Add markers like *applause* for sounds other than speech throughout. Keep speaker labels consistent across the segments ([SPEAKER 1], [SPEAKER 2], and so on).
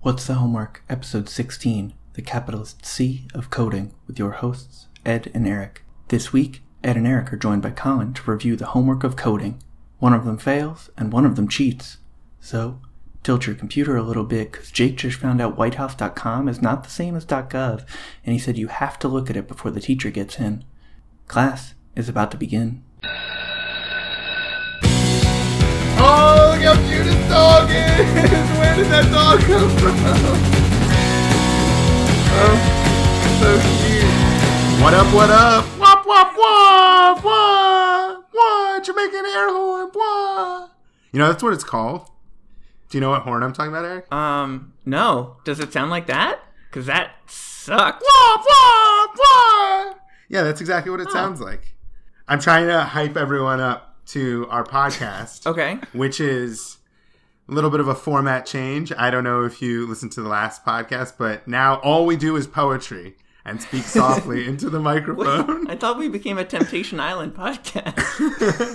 [SPEAKER 1] What's the Homework, Episode 16 The Capitalist C of Coding, with your hosts, Ed and Eric. This week, Ed and Eric are joined by Colin to review the homework of coding. One of them fails, and one of them cheats. So, tilt your computer a little bit, because Jake just found out whitehouse.com is not the same as .gov, and he said you have to look at it before the teacher gets in. Class is about to begin.
[SPEAKER 2] Oh, look how cute his dog is! *laughs* Where did that dog come from? *laughs* Oh, so cute. What up, what up? Wop, wop, wop, wop, wop, Jamaican air horn, wop. You know, that's what it's called. Do you know what horn I'm talking about, Eric?
[SPEAKER 3] Um, no. Does it sound like that? Because that sucks.
[SPEAKER 2] Wop, wop, wop. Yeah, that's exactly what it sounds like. I'm trying to hype everyone up to our podcast.
[SPEAKER 3] Okay.
[SPEAKER 2] which is a little bit of a format change. I don't know if you listened to the last podcast, but now all we do is poetry and
[SPEAKER 3] *laughs*
[SPEAKER 2] speak softly into the microphone.
[SPEAKER 3] I thought we became a Temptation Island podcast.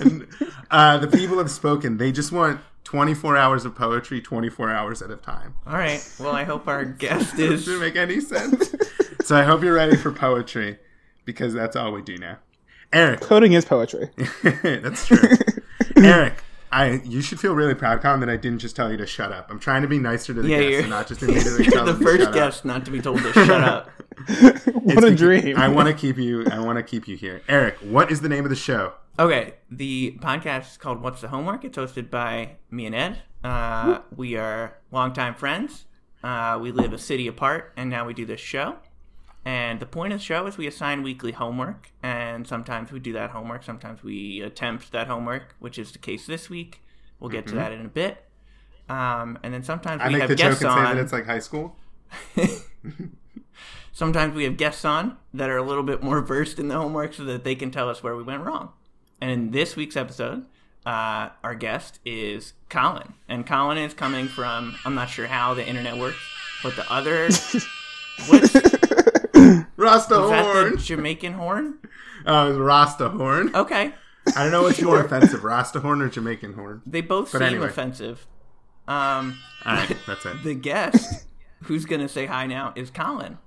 [SPEAKER 2] *laughs* and, uh, the people have spoken. They just want 24 hours of poetry, 24 hours at a time.
[SPEAKER 3] All right. Well, I hope our guest
[SPEAKER 2] Does
[SPEAKER 3] is.
[SPEAKER 2] it make any
[SPEAKER 3] *laughs*
[SPEAKER 2] sense? so I hope you're ready for poetry because that's all we do now. Eric, *laughs*
[SPEAKER 4] Coding is poetry. *laughs*
[SPEAKER 2] That's true.
[SPEAKER 3] *laughs*
[SPEAKER 2] Eric, I you should feel really proud, Colin, that I didn't just tell you to shut up. I'm trying to be nicer to the
[SPEAKER 3] Yeah,
[SPEAKER 2] guests
[SPEAKER 3] you're,
[SPEAKER 2] and not just immediately
[SPEAKER 3] *laughs* you're
[SPEAKER 2] tell
[SPEAKER 3] the
[SPEAKER 2] them to
[SPEAKER 3] first
[SPEAKER 2] shut up.
[SPEAKER 3] guest not to be told to shut up.
[SPEAKER 4] what a
[SPEAKER 2] It's because-
[SPEAKER 4] dream.
[SPEAKER 2] I want to keep you. I want to keep you here, Eric. What is the name of the show?
[SPEAKER 3] Okay. The podcast is called What's the Homework? It's hosted by me and Ed. Uh, we are longtime friends. Uh, we live a city apart, and now we do this show. And the point of the show is we assign weekly homework, and sometimes we do that homework, sometimes we attempt that homework, which is the case this week. We'll get to that in a bit. Um, and then sometimes
[SPEAKER 2] Mm-hmm. I
[SPEAKER 3] we
[SPEAKER 2] make
[SPEAKER 3] have
[SPEAKER 2] the joke and
[SPEAKER 3] guests
[SPEAKER 2] say that
[SPEAKER 3] on.
[SPEAKER 2] it's like high school.
[SPEAKER 3] sometimes we have guests on that are a little bit more *laughs* versed in the homework so that they can tell us where we went wrong. And in this week's episode, uh, our guest is Colin. And Colin is coming from, I'm not sure how the internet works, but the
[SPEAKER 4] *laughs*
[SPEAKER 3] other. What's is
[SPEAKER 2] Rasta
[SPEAKER 3] that? The
[SPEAKER 2] horn.
[SPEAKER 3] Jamaican horn?
[SPEAKER 2] Oh, it was Rasta horn.
[SPEAKER 3] Okay.
[SPEAKER 2] I don't know what's more offensive, Rasta horn or Jamaican horn.
[SPEAKER 3] They both
[SPEAKER 2] But
[SPEAKER 3] seem
[SPEAKER 2] anyway.
[SPEAKER 3] offensive. Um,
[SPEAKER 2] All right, that's it.
[SPEAKER 3] the guest who's going to say hi now is Colin.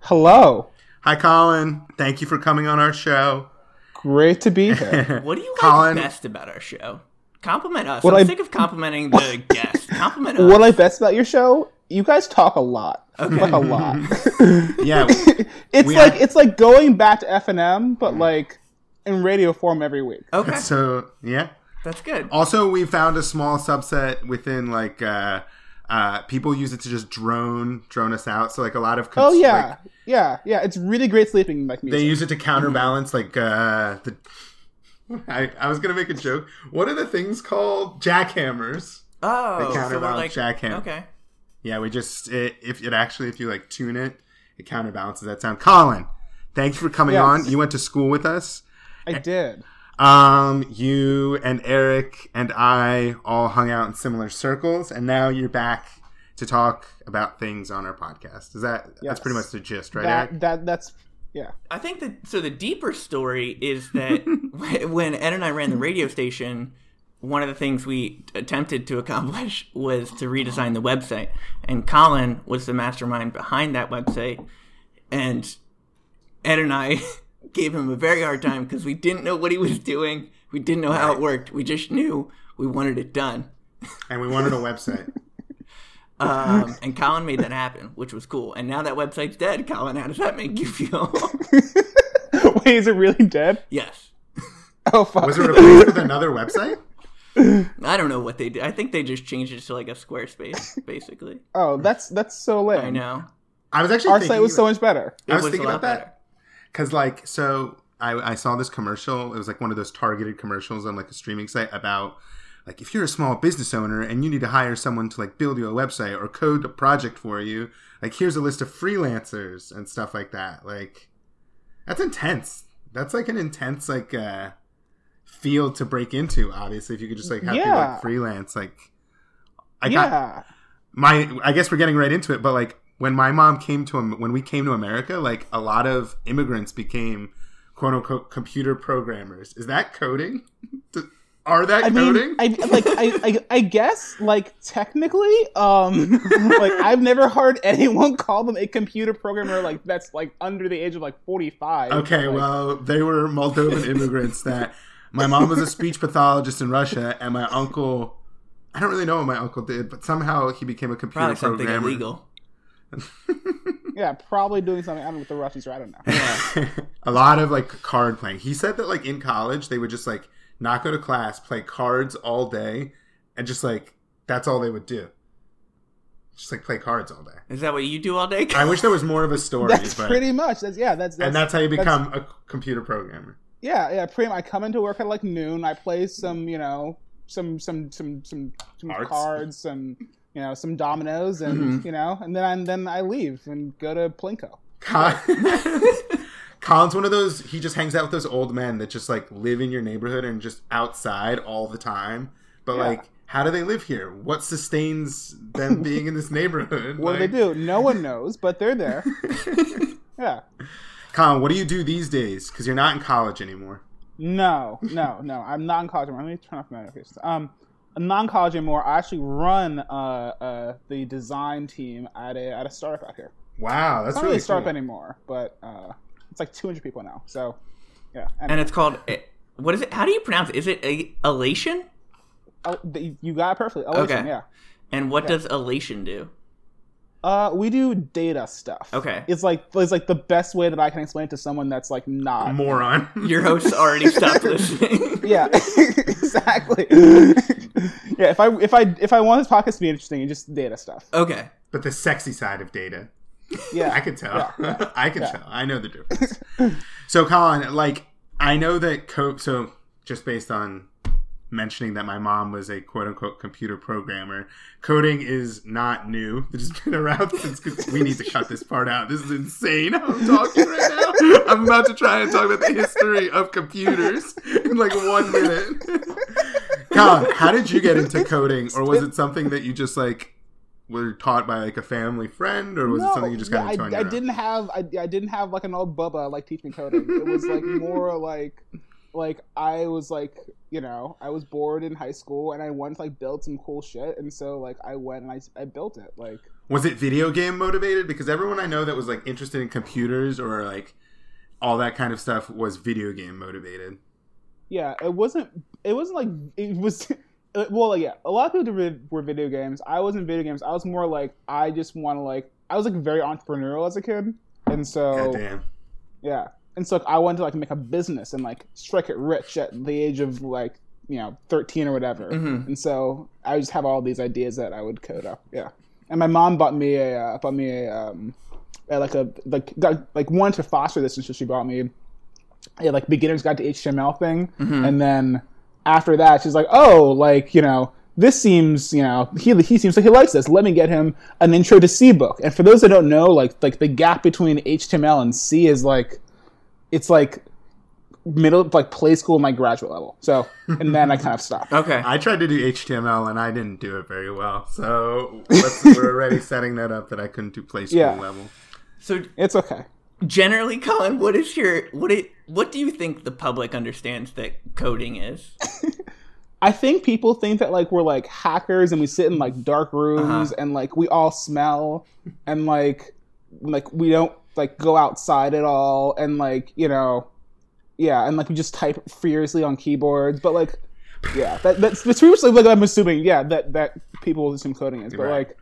[SPEAKER 4] Hello.
[SPEAKER 2] Hi, Colin. Thank you for coming on our show.
[SPEAKER 4] Great to be here.
[SPEAKER 2] *laughs*
[SPEAKER 3] What do you
[SPEAKER 2] Colin-
[SPEAKER 3] like best about our show? Compliment us.
[SPEAKER 4] What
[SPEAKER 3] I'm
[SPEAKER 4] I-
[SPEAKER 3] sick of complimenting the guest. Compliment us.
[SPEAKER 4] *laughs* what I best about your show, you guys talk a lot. Like
[SPEAKER 2] *laughs*
[SPEAKER 4] a lot. *laughs*
[SPEAKER 2] Yeah,
[SPEAKER 4] it's
[SPEAKER 2] We
[SPEAKER 4] like
[SPEAKER 2] are- Mm-hmm.
[SPEAKER 4] it's like going back to F and M, but like in radio form every week.
[SPEAKER 2] Oh,
[SPEAKER 3] Okay,
[SPEAKER 2] so yeah.
[SPEAKER 3] that's good.
[SPEAKER 2] Also, we found a small subset within like uh, uh, people use it to just drone drone us out. So like a lot of cons-
[SPEAKER 4] Oh yeah.
[SPEAKER 2] like,
[SPEAKER 4] yeah, yeah. It's really great sleeping like
[SPEAKER 2] They
[SPEAKER 4] music.
[SPEAKER 2] use it to counterbalance, like uh, the. *laughs* I, I was gonna make a joke. What are the things called jackhammers?
[SPEAKER 3] Oh,
[SPEAKER 2] counterbalance
[SPEAKER 3] so we're like,
[SPEAKER 2] jackhammer.
[SPEAKER 3] okay.
[SPEAKER 2] Yeah, we just it, if it actually if you like tune it, it counterbalances that sound. Colin, thanks for coming
[SPEAKER 4] Yes.
[SPEAKER 2] on. You went to school with us. *laughs*
[SPEAKER 4] I did.
[SPEAKER 2] Um, you and Eric and I all hung out in similar circles, and now you're back to talk about things on our podcast. Is that that's
[SPEAKER 4] Yes.
[SPEAKER 2] pretty much the gist, right, Eric?
[SPEAKER 4] That that that's yeah. *laughs*
[SPEAKER 3] I think that so the deeper story is that *laughs* wh- when Ed and I ran the radio station, one of the things we attempted to accomplish *laughs* was to redesign the website, and Colin was the mastermind behind that website, and Ed and I *laughs* gave him a very hard time because we didn't know what he was doing, we didn't know how it worked, we just knew we wanted it done.
[SPEAKER 2] And we wanted a website.
[SPEAKER 3] Um, and Colin made that happen, which was cool. And now that website's dead, Colin. How does that make you feel? *laughs*
[SPEAKER 4] Wait, is it really dead?
[SPEAKER 3] yes.
[SPEAKER 4] Oh
[SPEAKER 2] *laughs*
[SPEAKER 4] fuck.
[SPEAKER 2] Was it replaced with another website?
[SPEAKER 3] I don't know what they did. I think they just changed it to like
[SPEAKER 2] *laughs*
[SPEAKER 3] a Squarespace, basically.
[SPEAKER 4] *laughs* oh, that's that's so lame.
[SPEAKER 3] I know.
[SPEAKER 2] I was actually
[SPEAKER 4] Our
[SPEAKER 2] thinking,
[SPEAKER 4] site was so much better.
[SPEAKER 2] I was
[SPEAKER 3] was a
[SPEAKER 2] thinking about
[SPEAKER 3] lot better.
[SPEAKER 2] that because like so I, I saw this commercial. It was like one of those targeted commercials on like a streaming site about like if you're a small business owner and you need to hire someone to like build you a website or code a project for you, like here's a list of freelancers and stuff like that. Like that's intense. That's like an intense like uh field to break into. Obviously, if you could just like have people
[SPEAKER 4] Yeah.
[SPEAKER 2] like freelance, like I got
[SPEAKER 4] yeah.
[SPEAKER 2] my I guess we're getting right into it, but like when my mom came to Am- when we came to America, like a lot of *laughs* immigrants became quote unquote computer programmers. Is that coding? Do- Are that
[SPEAKER 4] I
[SPEAKER 2] coding?
[SPEAKER 4] mean, I, like I, I, I guess like technically, um, *laughs* like I've never heard anyone call them a computer programmer like that's like under the age of like forty five.
[SPEAKER 2] Okay,
[SPEAKER 4] like,
[SPEAKER 2] well, they were Moldovan immigrants that my mom was a speech pathologist in Russia, and my uncle. I don't really know what my uncle did, but somehow he became a computer
[SPEAKER 3] Probably something
[SPEAKER 2] programmer.
[SPEAKER 3] illegal.
[SPEAKER 4] yeah, probably doing something. I don't know with the Russians. Or
[SPEAKER 2] *laughs*
[SPEAKER 4] I don't know.
[SPEAKER 2] a lot of like card playing. He said that like in college they would just like not go to class, play cards all day, and just like that's all they would do. Just like play cards all day.
[SPEAKER 3] Is that what you do all day?
[SPEAKER 2] I wish there was more of a story,
[SPEAKER 4] That's
[SPEAKER 2] but
[SPEAKER 4] pretty much. That's yeah. That's, that's
[SPEAKER 2] and that's how you become a computer programmer.
[SPEAKER 4] Yeah, yeah. Pretty. I come into work at like noon. I play some, you know, some some some some, some
[SPEAKER 2] Arts. Mm-hmm.
[SPEAKER 4] cards, some you know, some dominoes, and you know, and then I then I leave and go to Plinko.
[SPEAKER 2] Col- *laughs* Colin's one of those. He just hangs out with those old men that just like live in your neighborhood and just outside all the time. But
[SPEAKER 4] Yeah.
[SPEAKER 2] like, how do they live here? What sustains
[SPEAKER 4] *laughs*
[SPEAKER 2] them being in this neighborhood?
[SPEAKER 4] What do
[SPEAKER 2] Like,
[SPEAKER 4] they do? No one knows, but
[SPEAKER 2] *laughs*
[SPEAKER 4] they're there. yeah.
[SPEAKER 2] Colin, what do you do these days? Because you're not in college anymore.
[SPEAKER 4] No, no, no. I'm not in college anymore. Let me turn off my notifications. Um, I'm not in college anymore. I actually run uh, uh, the design team at a at a startup out here.
[SPEAKER 2] Wow, that's
[SPEAKER 4] It's not
[SPEAKER 2] really
[SPEAKER 4] really a startup
[SPEAKER 2] Oh, cool.
[SPEAKER 4] anymore, but uh, it's like 200 people now. So, yeah.
[SPEAKER 3] *laughs* and it's called. eh, What is it? How do you pronounce it? Is it a, elation?
[SPEAKER 4] El- oh, the- you got it perfectly. Elation,
[SPEAKER 3] Okay.
[SPEAKER 4] yeah.
[SPEAKER 3] And what does elation do?
[SPEAKER 4] Uh, we do data stuff.
[SPEAKER 3] Okay.
[SPEAKER 4] It's like it's like the best way that I can explain it to someone that's like
[SPEAKER 2] *laughs*
[SPEAKER 4] not.
[SPEAKER 2] Moron. *laughs*
[SPEAKER 3] Your host already stopped listening.
[SPEAKER 4] yeah, *laughs* exactly. yeah, if I if I if I want this podcast to be interesting, it's just data stuff.
[SPEAKER 3] okay.
[SPEAKER 2] but the sexy side of data.
[SPEAKER 4] Yeah,
[SPEAKER 2] I can tell. *laughs* I can tell. I know the difference. *laughs* so, Colin, like, I know that co So, just based on mentioning that my mom was a quote unquote computer programmer, coding is not new. *laughs* It's been around since. 'cause we need to cut this part out. This is insane. How I'm talking right now. *laughs* I'm about to try and talk about the history of computers in like one minute. *laughs* Colin, how did you get
[SPEAKER 4] *laughs*
[SPEAKER 2] into coding, or was it something that you just like? Were taught by like a family friend, or was it something you just got
[SPEAKER 4] yeah,
[SPEAKER 2] into on
[SPEAKER 4] I,
[SPEAKER 2] your
[SPEAKER 4] I
[SPEAKER 2] own?
[SPEAKER 4] didn't have I, I didn't have like an old bubba like teach me coding. It
[SPEAKER 2] *laughs*
[SPEAKER 4] was like more like like I was like you know I was bored in high school and I wanted to like build some cool shit and so like I went and I, I built it like
[SPEAKER 2] Was it video game motivated? Because everyone I know that was like interested in computers or like all that kind of stuff was video game motivated.
[SPEAKER 4] yeah it wasn't it wasn't like it was *laughs* well yeah a lot of people did, were video games I wasn't video games I was more like I just want to like I was like very entrepreneurial as a kid and so
[SPEAKER 2] God damn.
[SPEAKER 4] Yeah. And so like, I wanted to like make a business and like strike it rich at the age of like, you know, 13 or whatever. And so I just have all these ideas that I would code up. Yeah. And my mom bought me a, uh, bought me a, um, a, like a, like, got, like wanted to foster this. And so she bought me a like beginner's guide to HTML thing. And then after that, she's like, oh, like, you know, this seems, you know, he, he seems like he likes this. Let me get him an intro to C book. And for those that don't know, like, like the gap between HTML and C is like, it's like middle like play school and my graduate level so and then i kind of stopped
[SPEAKER 3] Okay.
[SPEAKER 2] I tried to do HTML and I didn't do it very well.
[SPEAKER 4] *laughs*
[SPEAKER 2] So let's, we're already setting that up that I couldn't do play school
[SPEAKER 4] Yeah.
[SPEAKER 2] level. *laughs*
[SPEAKER 3] so
[SPEAKER 4] it's okay
[SPEAKER 3] generally, Colin, what is your what it what do you think the public understands that coding is?
[SPEAKER 4] i think people think that like we're like hackers and we sit in like dark rooms and like we all smell and like like we don't like go outside at all and like you know yeah and like we just type furiously on keyboards but like yeah that, that's that's pretty much like what i'm assuming yeah that that people assume coding is but
[SPEAKER 2] Right.
[SPEAKER 4] like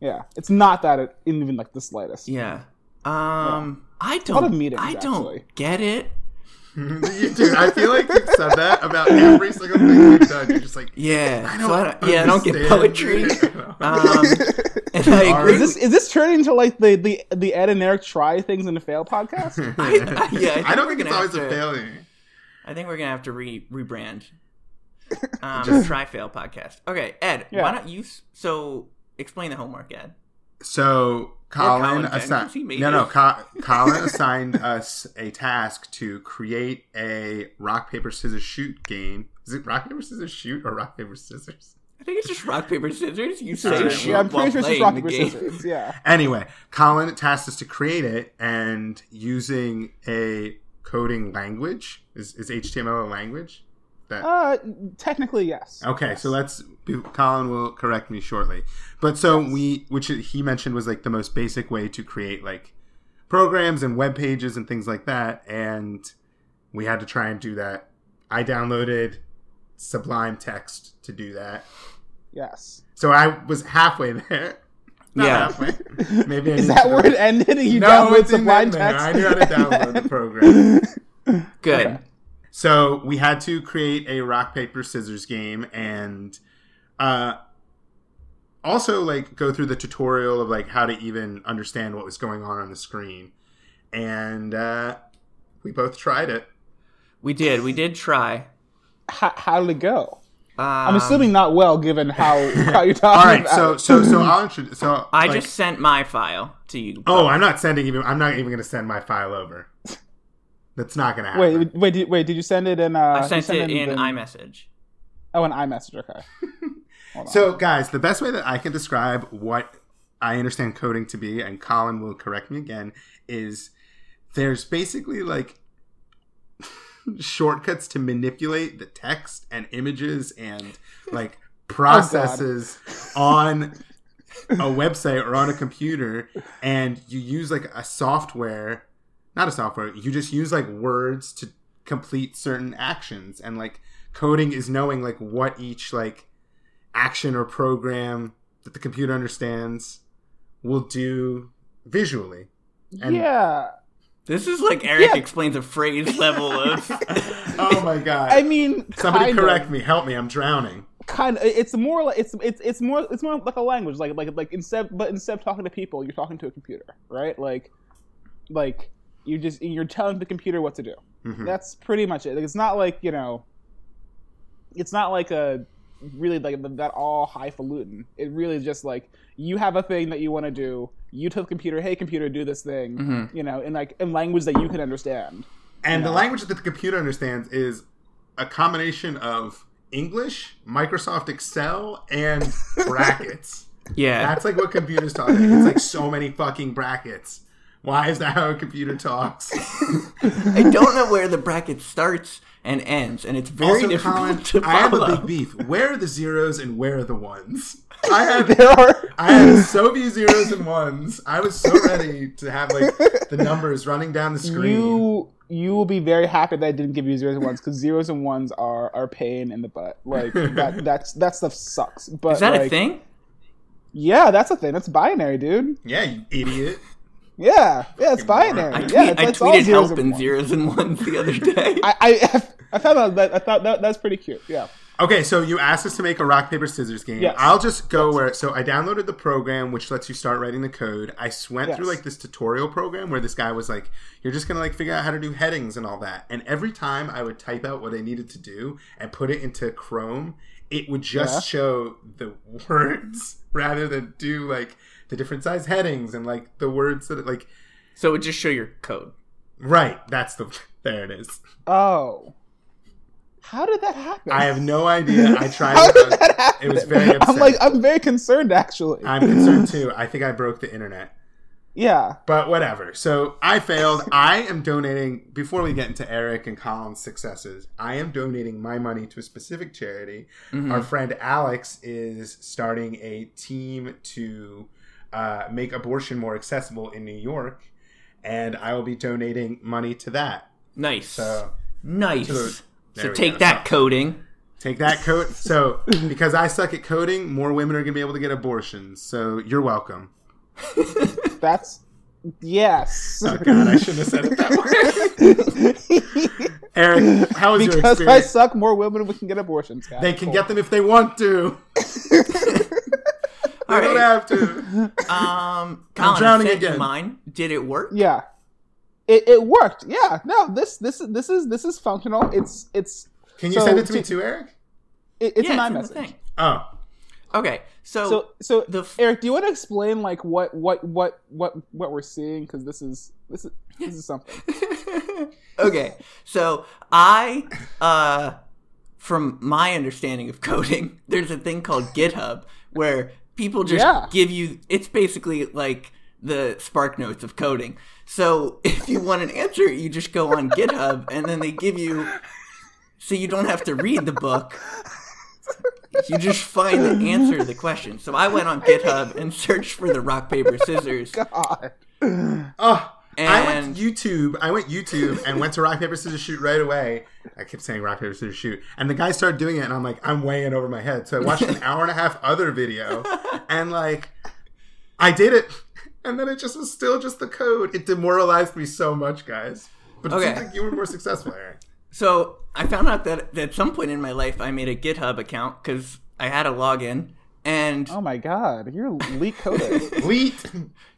[SPEAKER 4] yeah it's not that it, even like the slightest
[SPEAKER 3] *laughs* Yeah. Um I don't
[SPEAKER 4] of meetings,
[SPEAKER 3] I don't
[SPEAKER 4] actually.
[SPEAKER 3] get it.
[SPEAKER 2] Dude, I feel like you've said that about every single thing you've done. You're just like,
[SPEAKER 3] Yeah.
[SPEAKER 2] I
[SPEAKER 3] so I
[SPEAKER 2] don't
[SPEAKER 3] don't, yeah, I don't get
[SPEAKER 2] *laughs*
[SPEAKER 3] poetry.
[SPEAKER 2] understand.
[SPEAKER 3] Um and I agree
[SPEAKER 4] Is this is this turning into like the the the Ed and Eric try things and
[SPEAKER 2] *laughs*
[SPEAKER 4] fail podcast?
[SPEAKER 3] I, I- *laughs* yeah, I think
[SPEAKER 2] I don't
[SPEAKER 3] we're
[SPEAKER 2] think it's
[SPEAKER 3] gonna have
[SPEAKER 2] always a
[SPEAKER 3] to-
[SPEAKER 2] failure.
[SPEAKER 3] I think we're gonna have to re
[SPEAKER 4] *laughs*
[SPEAKER 3] rebrand. Um, Just... try fail podcast. Okay, Ed, why
[SPEAKER 4] Yeah.
[SPEAKER 3] don't you? s- So explain the homework, Ed.
[SPEAKER 2] So Colin,
[SPEAKER 3] Colin then, 'cause he
[SPEAKER 2] assigned
[SPEAKER 3] made
[SPEAKER 2] no no
[SPEAKER 3] it.
[SPEAKER 2] Co- Colin assigned *laughs* us a task to create a rock paper scissors shoot game. Is it rock paper scissors shoot or rock paper scissors?
[SPEAKER 3] I think it's just rock paper scissors. You say
[SPEAKER 2] Yeah,
[SPEAKER 3] it
[SPEAKER 4] yeah, I'm
[SPEAKER 3] while
[SPEAKER 4] pretty sure it's just
[SPEAKER 3] playing
[SPEAKER 4] rock
[SPEAKER 3] the
[SPEAKER 4] paper
[SPEAKER 3] game.
[SPEAKER 4] scissors. Yeah,
[SPEAKER 2] Anyway, Colin tasked us to create it and using a coding language is, is HTML a language? That
[SPEAKER 4] Uh, technically, yes.
[SPEAKER 2] Okay, so let's. Colin will correct me shortly, but so we, which he mentioned was like the most basic way to create like programs and web pages and things like that, and we had to try and do that. I downloaded Sublime Text to do that,
[SPEAKER 4] Yes.
[SPEAKER 2] so I was halfway there. *laughs* Not
[SPEAKER 3] Yeah.
[SPEAKER 2] halfway. Maybe I
[SPEAKER 4] *laughs* Is
[SPEAKER 2] need
[SPEAKER 4] that
[SPEAKER 2] to-
[SPEAKER 4] where it ended? You
[SPEAKER 2] No,
[SPEAKER 4] download
[SPEAKER 2] it's in
[SPEAKER 4] Sublime
[SPEAKER 2] that there.
[SPEAKER 4] Text.
[SPEAKER 2] I knew how to
[SPEAKER 4] *laughs*
[SPEAKER 2] download the program.
[SPEAKER 3] Good.
[SPEAKER 2] So we had to create a rock paper scissors game and uh also like go through the tutorial of like how to even understand what was going on on the screen. And uh we both tried it.
[SPEAKER 3] We did. We did try.
[SPEAKER 4] how, how did it go?
[SPEAKER 3] Um,
[SPEAKER 4] I'm assuming not well,
[SPEAKER 2] *laughs*
[SPEAKER 4] given how how you're talking
[SPEAKER 2] All right,
[SPEAKER 4] about.
[SPEAKER 2] so
[SPEAKER 4] it.
[SPEAKER 2] so so I'll introduce so
[SPEAKER 3] I
[SPEAKER 2] like-
[SPEAKER 3] just sent my file to you.
[SPEAKER 2] Oh, I'm not sending even I'm not even going to send my file over. That's not going to happen.
[SPEAKER 4] wait, wait, did, wait. Did you send it in? Uh,
[SPEAKER 3] I
[SPEAKER 4] you
[SPEAKER 3] sent it
[SPEAKER 4] sent
[SPEAKER 3] in
[SPEAKER 4] the-
[SPEAKER 3] iMessage.
[SPEAKER 4] Oh, an iMessage.
[SPEAKER 2] *laughs*
[SPEAKER 4] Okay.
[SPEAKER 2] So, guys, the best way that I can describe what I understand coding to be, and Colin will correct me again, is there's basically like shortcuts to manipulate the text and images and
[SPEAKER 4] *laughs* Oh,
[SPEAKER 2] like processes on a website or on a computer, and you use like a software, not a software, you just use like words to complete certain actions, and like coding is knowing like what each like action or program that the computer understands will do visually. And- uh,
[SPEAKER 4] yeah.
[SPEAKER 3] This is like Eric
[SPEAKER 4] Yeah.
[SPEAKER 3] explains a phrase level
[SPEAKER 4] *laughs*
[SPEAKER 3] of.
[SPEAKER 2] *laughs* Oh my god.
[SPEAKER 4] I mean,
[SPEAKER 2] Somebody
[SPEAKER 4] kind
[SPEAKER 2] correct
[SPEAKER 4] Of,
[SPEAKER 2] me. Help me. I'm drowning.
[SPEAKER 4] kind of. It's more like it's it's it's more it's more like a language. Like like like instead, but instead of talking to people, you're talking to a computer, right? Like, like you just you're telling the computer what to do.
[SPEAKER 2] Mhm.
[SPEAKER 3] Hmm.
[SPEAKER 4] That's pretty much it. Like, it's not like you know. It's not like a really like that all highfalutin. It really is just like you have a thing that you want to do. You tell the computer, "Hey, computer, do this thing."
[SPEAKER 3] Mhm.
[SPEAKER 4] You know, in like in language that you
[SPEAKER 3] *laughs*
[SPEAKER 4] can understand.
[SPEAKER 2] And the language that the computer understands is a combination of English, Microsoft Excel,
[SPEAKER 3] *laughs*
[SPEAKER 2] and brackets.
[SPEAKER 3] Yeah.
[SPEAKER 2] That's like what computers talk. Like. It's like so many fucking brackets. Why is that how a computer
[SPEAKER 3] *laughs*
[SPEAKER 2] talks?
[SPEAKER 3] I don't know where the bracket starts and ends, and it's very
[SPEAKER 2] also,
[SPEAKER 3] difficult
[SPEAKER 2] Colin,
[SPEAKER 3] to follow.
[SPEAKER 2] I have a big beef. Where are the zeros and where are the
[SPEAKER 3] *laughs*
[SPEAKER 2] ones? I have
[SPEAKER 4] There are
[SPEAKER 2] I had so many zeros and ones. I was so ready to have like the numbers running down the screen.
[SPEAKER 4] you you will be very happy that I didn't give you zeros and ones because zeros and ones are are pain in the butt.
[SPEAKER 3] *laughs*
[SPEAKER 4] Like that that's that stuff sucks. But
[SPEAKER 3] Is that
[SPEAKER 4] like,
[SPEAKER 3] a thing?
[SPEAKER 4] Yeah, that's a thing. That's binary, dude.
[SPEAKER 2] Yeah, you idiot.
[SPEAKER 4] Yeah, yeah, it's
[SPEAKER 2] Fucking moron.
[SPEAKER 4] binary.
[SPEAKER 3] I, tweet,
[SPEAKER 4] yeah, it's,
[SPEAKER 3] I
[SPEAKER 4] it's all
[SPEAKER 3] tweeted
[SPEAKER 4] zeros
[SPEAKER 3] help
[SPEAKER 4] and
[SPEAKER 3] and
[SPEAKER 4] ones.
[SPEAKER 3] zeros and ones the other day.
[SPEAKER 4] I, I *laughs* I found out that I thought that that's pretty cute. Yeah.
[SPEAKER 2] Okay, so you asked us to make a rock paper scissors game.
[SPEAKER 4] Yes.
[SPEAKER 2] I'll just go where. So I downloaded the program, which lets you start writing the code. I s- went through
[SPEAKER 4] Yes.
[SPEAKER 2] like this tutorial program where this guy was like, "You're just gonna like figure out how to do headings and all that." And every time I would type out what I needed to do and put it into Chrome, it would just
[SPEAKER 4] Yeah.
[SPEAKER 2] show the *laughs* words rather than do like the different size headings and like the words that it, like
[SPEAKER 3] so it would just show your code.
[SPEAKER 2] Right, that's the *laughs* there it is.
[SPEAKER 4] Oh. How did that happen?
[SPEAKER 2] I have no idea. I tried.
[SPEAKER 4] *laughs* How
[SPEAKER 2] it.
[SPEAKER 4] did that happen?
[SPEAKER 2] It was very upsetting.
[SPEAKER 4] I'm like I'm very concerned actually.
[SPEAKER 2] I'm concerned too. I think I broke the internet.
[SPEAKER 4] *laughs* yeah.
[SPEAKER 2] But whatever. So I failed. I am donating before we get into Eric and Colin's successes. I am donating my money to a specific charity. Our friend Alex is starting a team to uh, make abortion more accessible in New York, and I will be donating money to that.
[SPEAKER 3] Nice.
[SPEAKER 2] So
[SPEAKER 3] nice.
[SPEAKER 2] to the- there
[SPEAKER 3] so
[SPEAKER 2] we
[SPEAKER 3] take
[SPEAKER 2] go.
[SPEAKER 3] that coding.
[SPEAKER 2] Take that code. So, because I suck at coding, more women are going to be able to get abortions. So, you're welcome.
[SPEAKER 4] That's yes.
[SPEAKER 2] Oh, *laughs*
[SPEAKER 4] *laughs*
[SPEAKER 2] God, I shouldn't have said it that way.
[SPEAKER 4] *laughs*
[SPEAKER 2] Eric, how was your
[SPEAKER 4] because I
[SPEAKER 2] experience?
[SPEAKER 4] suck, more women we can get abortions. Guys.
[SPEAKER 2] They can get them if they want to.
[SPEAKER 3] All
[SPEAKER 2] They don't
[SPEAKER 3] right.
[SPEAKER 2] have
[SPEAKER 4] *laughs*
[SPEAKER 2] to.
[SPEAKER 3] Um, Colin, i
[SPEAKER 2] drowning
[SPEAKER 3] sent you
[SPEAKER 2] again.
[SPEAKER 3] mine. Did it work?
[SPEAKER 4] Yeah, it, it worked. Yeah, no, this this is this is this is functional. It's it's
[SPEAKER 2] Can you
[SPEAKER 4] So,
[SPEAKER 2] send it to me
[SPEAKER 4] to-
[SPEAKER 2] too, Eric?
[SPEAKER 4] it, it's
[SPEAKER 3] yeah,
[SPEAKER 4] an
[SPEAKER 3] it's in the
[SPEAKER 4] iMessage.
[SPEAKER 3] thing.
[SPEAKER 2] Oh,
[SPEAKER 3] Okay, so,
[SPEAKER 4] So so
[SPEAKER 3] the f-
[SPEAKER 4] Eric, do you want to explain like what what what what what we're seeing? Because this is this is this
[SPEAKER 3] *laughs*
[SPEAKER 4] is something.
[SPEAKER 3] okay, so I, uh, from my understanding of coding, *laughs* there's a thing called GitHub where people just
[SPEAKER 4] Yeah.
[SPEAKER 3] give you. It's basically like the spark notes of coding. So if you want an answer, you just go on GitHub, and then they give you so you don't have to read the book. You just find the answer to the question. So I
[SPEAKER 4] *laughs*
[SPEAKER 3] went on GitHub and searched for the rock paper scissors.
[SPEAKER 4] God.
[SPEAKER 2] Oh, I
[SPEAKER 3] And-
[SPEAKER 2] went to YouTube. I went YouTube and went to rock paper scissors shoot right away. I kept saying rock paper scissors shoot, and the guy started doing it, and I'm like, I'm way in over my head. So I watched
[SPEAKER 3] *laughs*
[SPEAKER 2] an hour and a half other video, and like, I did it, and then it just was still just the code. It demoralized me so much, guys. But it
[SPEAKER 3] Okay.
[SPEAKER 2] seems like you were more successful, Aaron.
[SPEAKER 3] So I found out that, that at some point in my life I made a GitHub account because I had a login, and
[SPEAKER 4] Oh my God. You're Lee Kodak.
[SPEAKER 2] Bleat.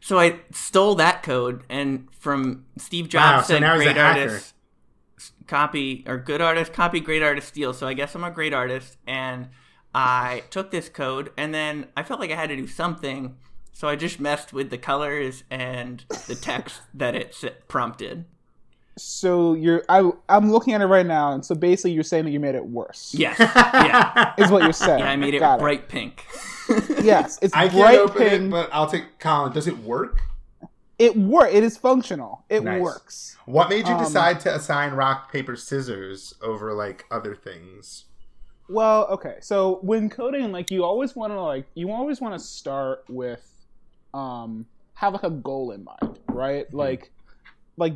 [SPEAKER 3] so I stole that code and from Steve Jobs
[SPEAKER 2] Wow, so
[SPEAKER 3] said,
[SPEAKER 2] now he's a
[SPEAKER 3] "Great
[SPEAKER 2] hacker."
[SPEAKER 3] artist, s- copy or good artist, copy great artist, steal." So I guess I'm a great artist, and I took this code, and then I felt like I had to do something, so I just messed with the colors and the text that it s- prompted.
[SPEAKER 4] so you're. I, I'm looking at it right now, and so basically you're saying that you made it worse.
[SPEAKER 3] Yes, *laughs* yeah,
[SPEAKER 2] *laughs*
[SPEAKER 3] *laughs*
[SPEAKER 4] Is what you're saying.
[SPEAKER 3] and I made it
[SPEAKER 4] Got
[SPEAKER 3] bright pink.
[SPEAKER 4] Yes, it's
[SPEAKER 2] I can't
[SPEAKER 4] bright
[SPEAKER 2] open
[SPEAKER 4] pink.
[SPEAKER 2] it,
[SPEAKER 4] It,
[SPEAKER 2] but I'll take Colin. Does it work?
[SPEAKER 4] wor- It is functional. It
[SPEAKER 2] Nice.
[SPEAKER 4] works.
[SPEAKER 2] What made you
[SPEAKER 4] Um,
[SPEAKER 2] decide to assign rock paper scissors over like other things?
[SPEAKER 4] Well, okay. So when coding, like you always want to like you always want to start with, um, have like a goal in mind, right?
[SPEAKER 2] Mm-hmm.
[SPEAKER 4] Like, like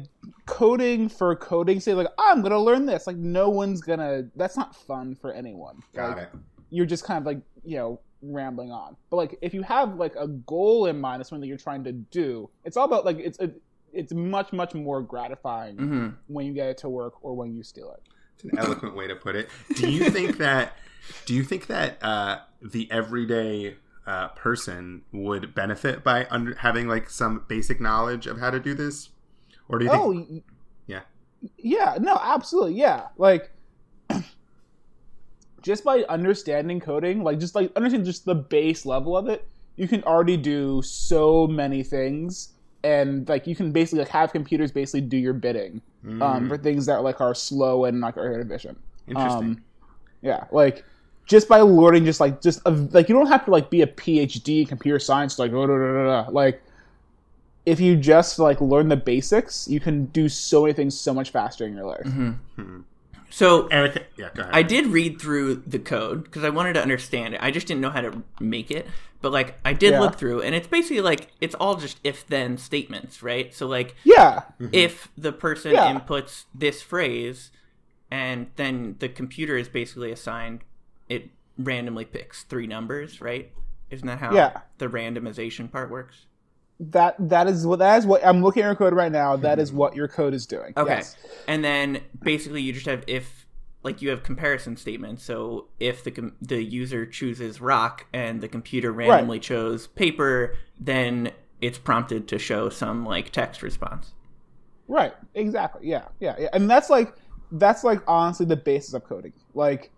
[SPEAKER 4] coding for coding. Say like I'm gonna learn this. Like no one's gonna. That's not fun for anyone.
[SPEAKER 2] Got
[SPEAKER 4] Like,
[SPEAKER 2] it.
[SPEAKER 4] You're just kind of like you know rambling on. But like if you have like a goal in mind, it's something that you're trying to do. It's all about like it's it, it's much much more gratifying
[SPEAKER 2] Mm-hmm.
[SPEAKER 3] hmm
[SPEAKER 4] when you get it to work or when you steal it.
[SPEAKER 2] It's an eloquent way to put it. Do *laughs* you think that? Do you think that uh, the everyday uh, person would benefit by under, having like some basic knowledge of how to do this, or do you
[SPEAKER 4] Oh,
[SPEAKER 2] think?
[SPEAKER 4] y-
[SPEAKER 2] Yeah.
[SPEAKER 4] Yeah, no, absolutely. Yeah. Like *clears throat* just by understanding coding, like just like understanding just the base level of it, you can already do so many things and like you can basically like have computers basically do your bidding
[SPEAKER 2] Mm,
[SPEAKER 4] um for things that like are slow and like are inefficient.
[SPEAKER 2] interesting.
[SPEAKER 4] Um, yeah, like just by learning, just like just a, like you don't have to like be a PhD in computer science, like oh, da, da, da, da. like if you just like learn the basics, you can do so many things so much faster in your life.
[SPEAKER 3] So
[SPEAKER 2] Erica, yeah, go ahead.
[SPEAKER 3] I did read through the code because I wanted to understand it. I just didn't know how to make it. But like I did
[SPEAKER 4] Yeah.
[SPEAKER 3] look through and it's basically like it's all just if then statements, right? So like
[SPEAKER 4] Yeah,
[SPEAKER 3] if the person
[SPEAKER 4] Mm-hmm. Yeah.
[SPEAKER 3] inputs this phrase and then the computer is basically assigned it randomly picks three numbers, right? Isn't that how
[SPEAKER 4] Yeah.
[SPEAKER 3] the randomization part works?
[SPEAKER 4] that that is what that is what I'm looking at your code right now. That is what your code is doing.
[SPEAKER 3] Okay.
[SPEAKER 4] Yes.
[SPEAKER 3] And then basically you just have if like you have comparison statements. So if the com- the user chooses rock and the computer randomly chose paper, then it's prompted to show some like text response.
[SPEAKER 4] Right. Exactly. Yeah. Yeah. Yeah. And that's like that's like honestly the basis of coding. Like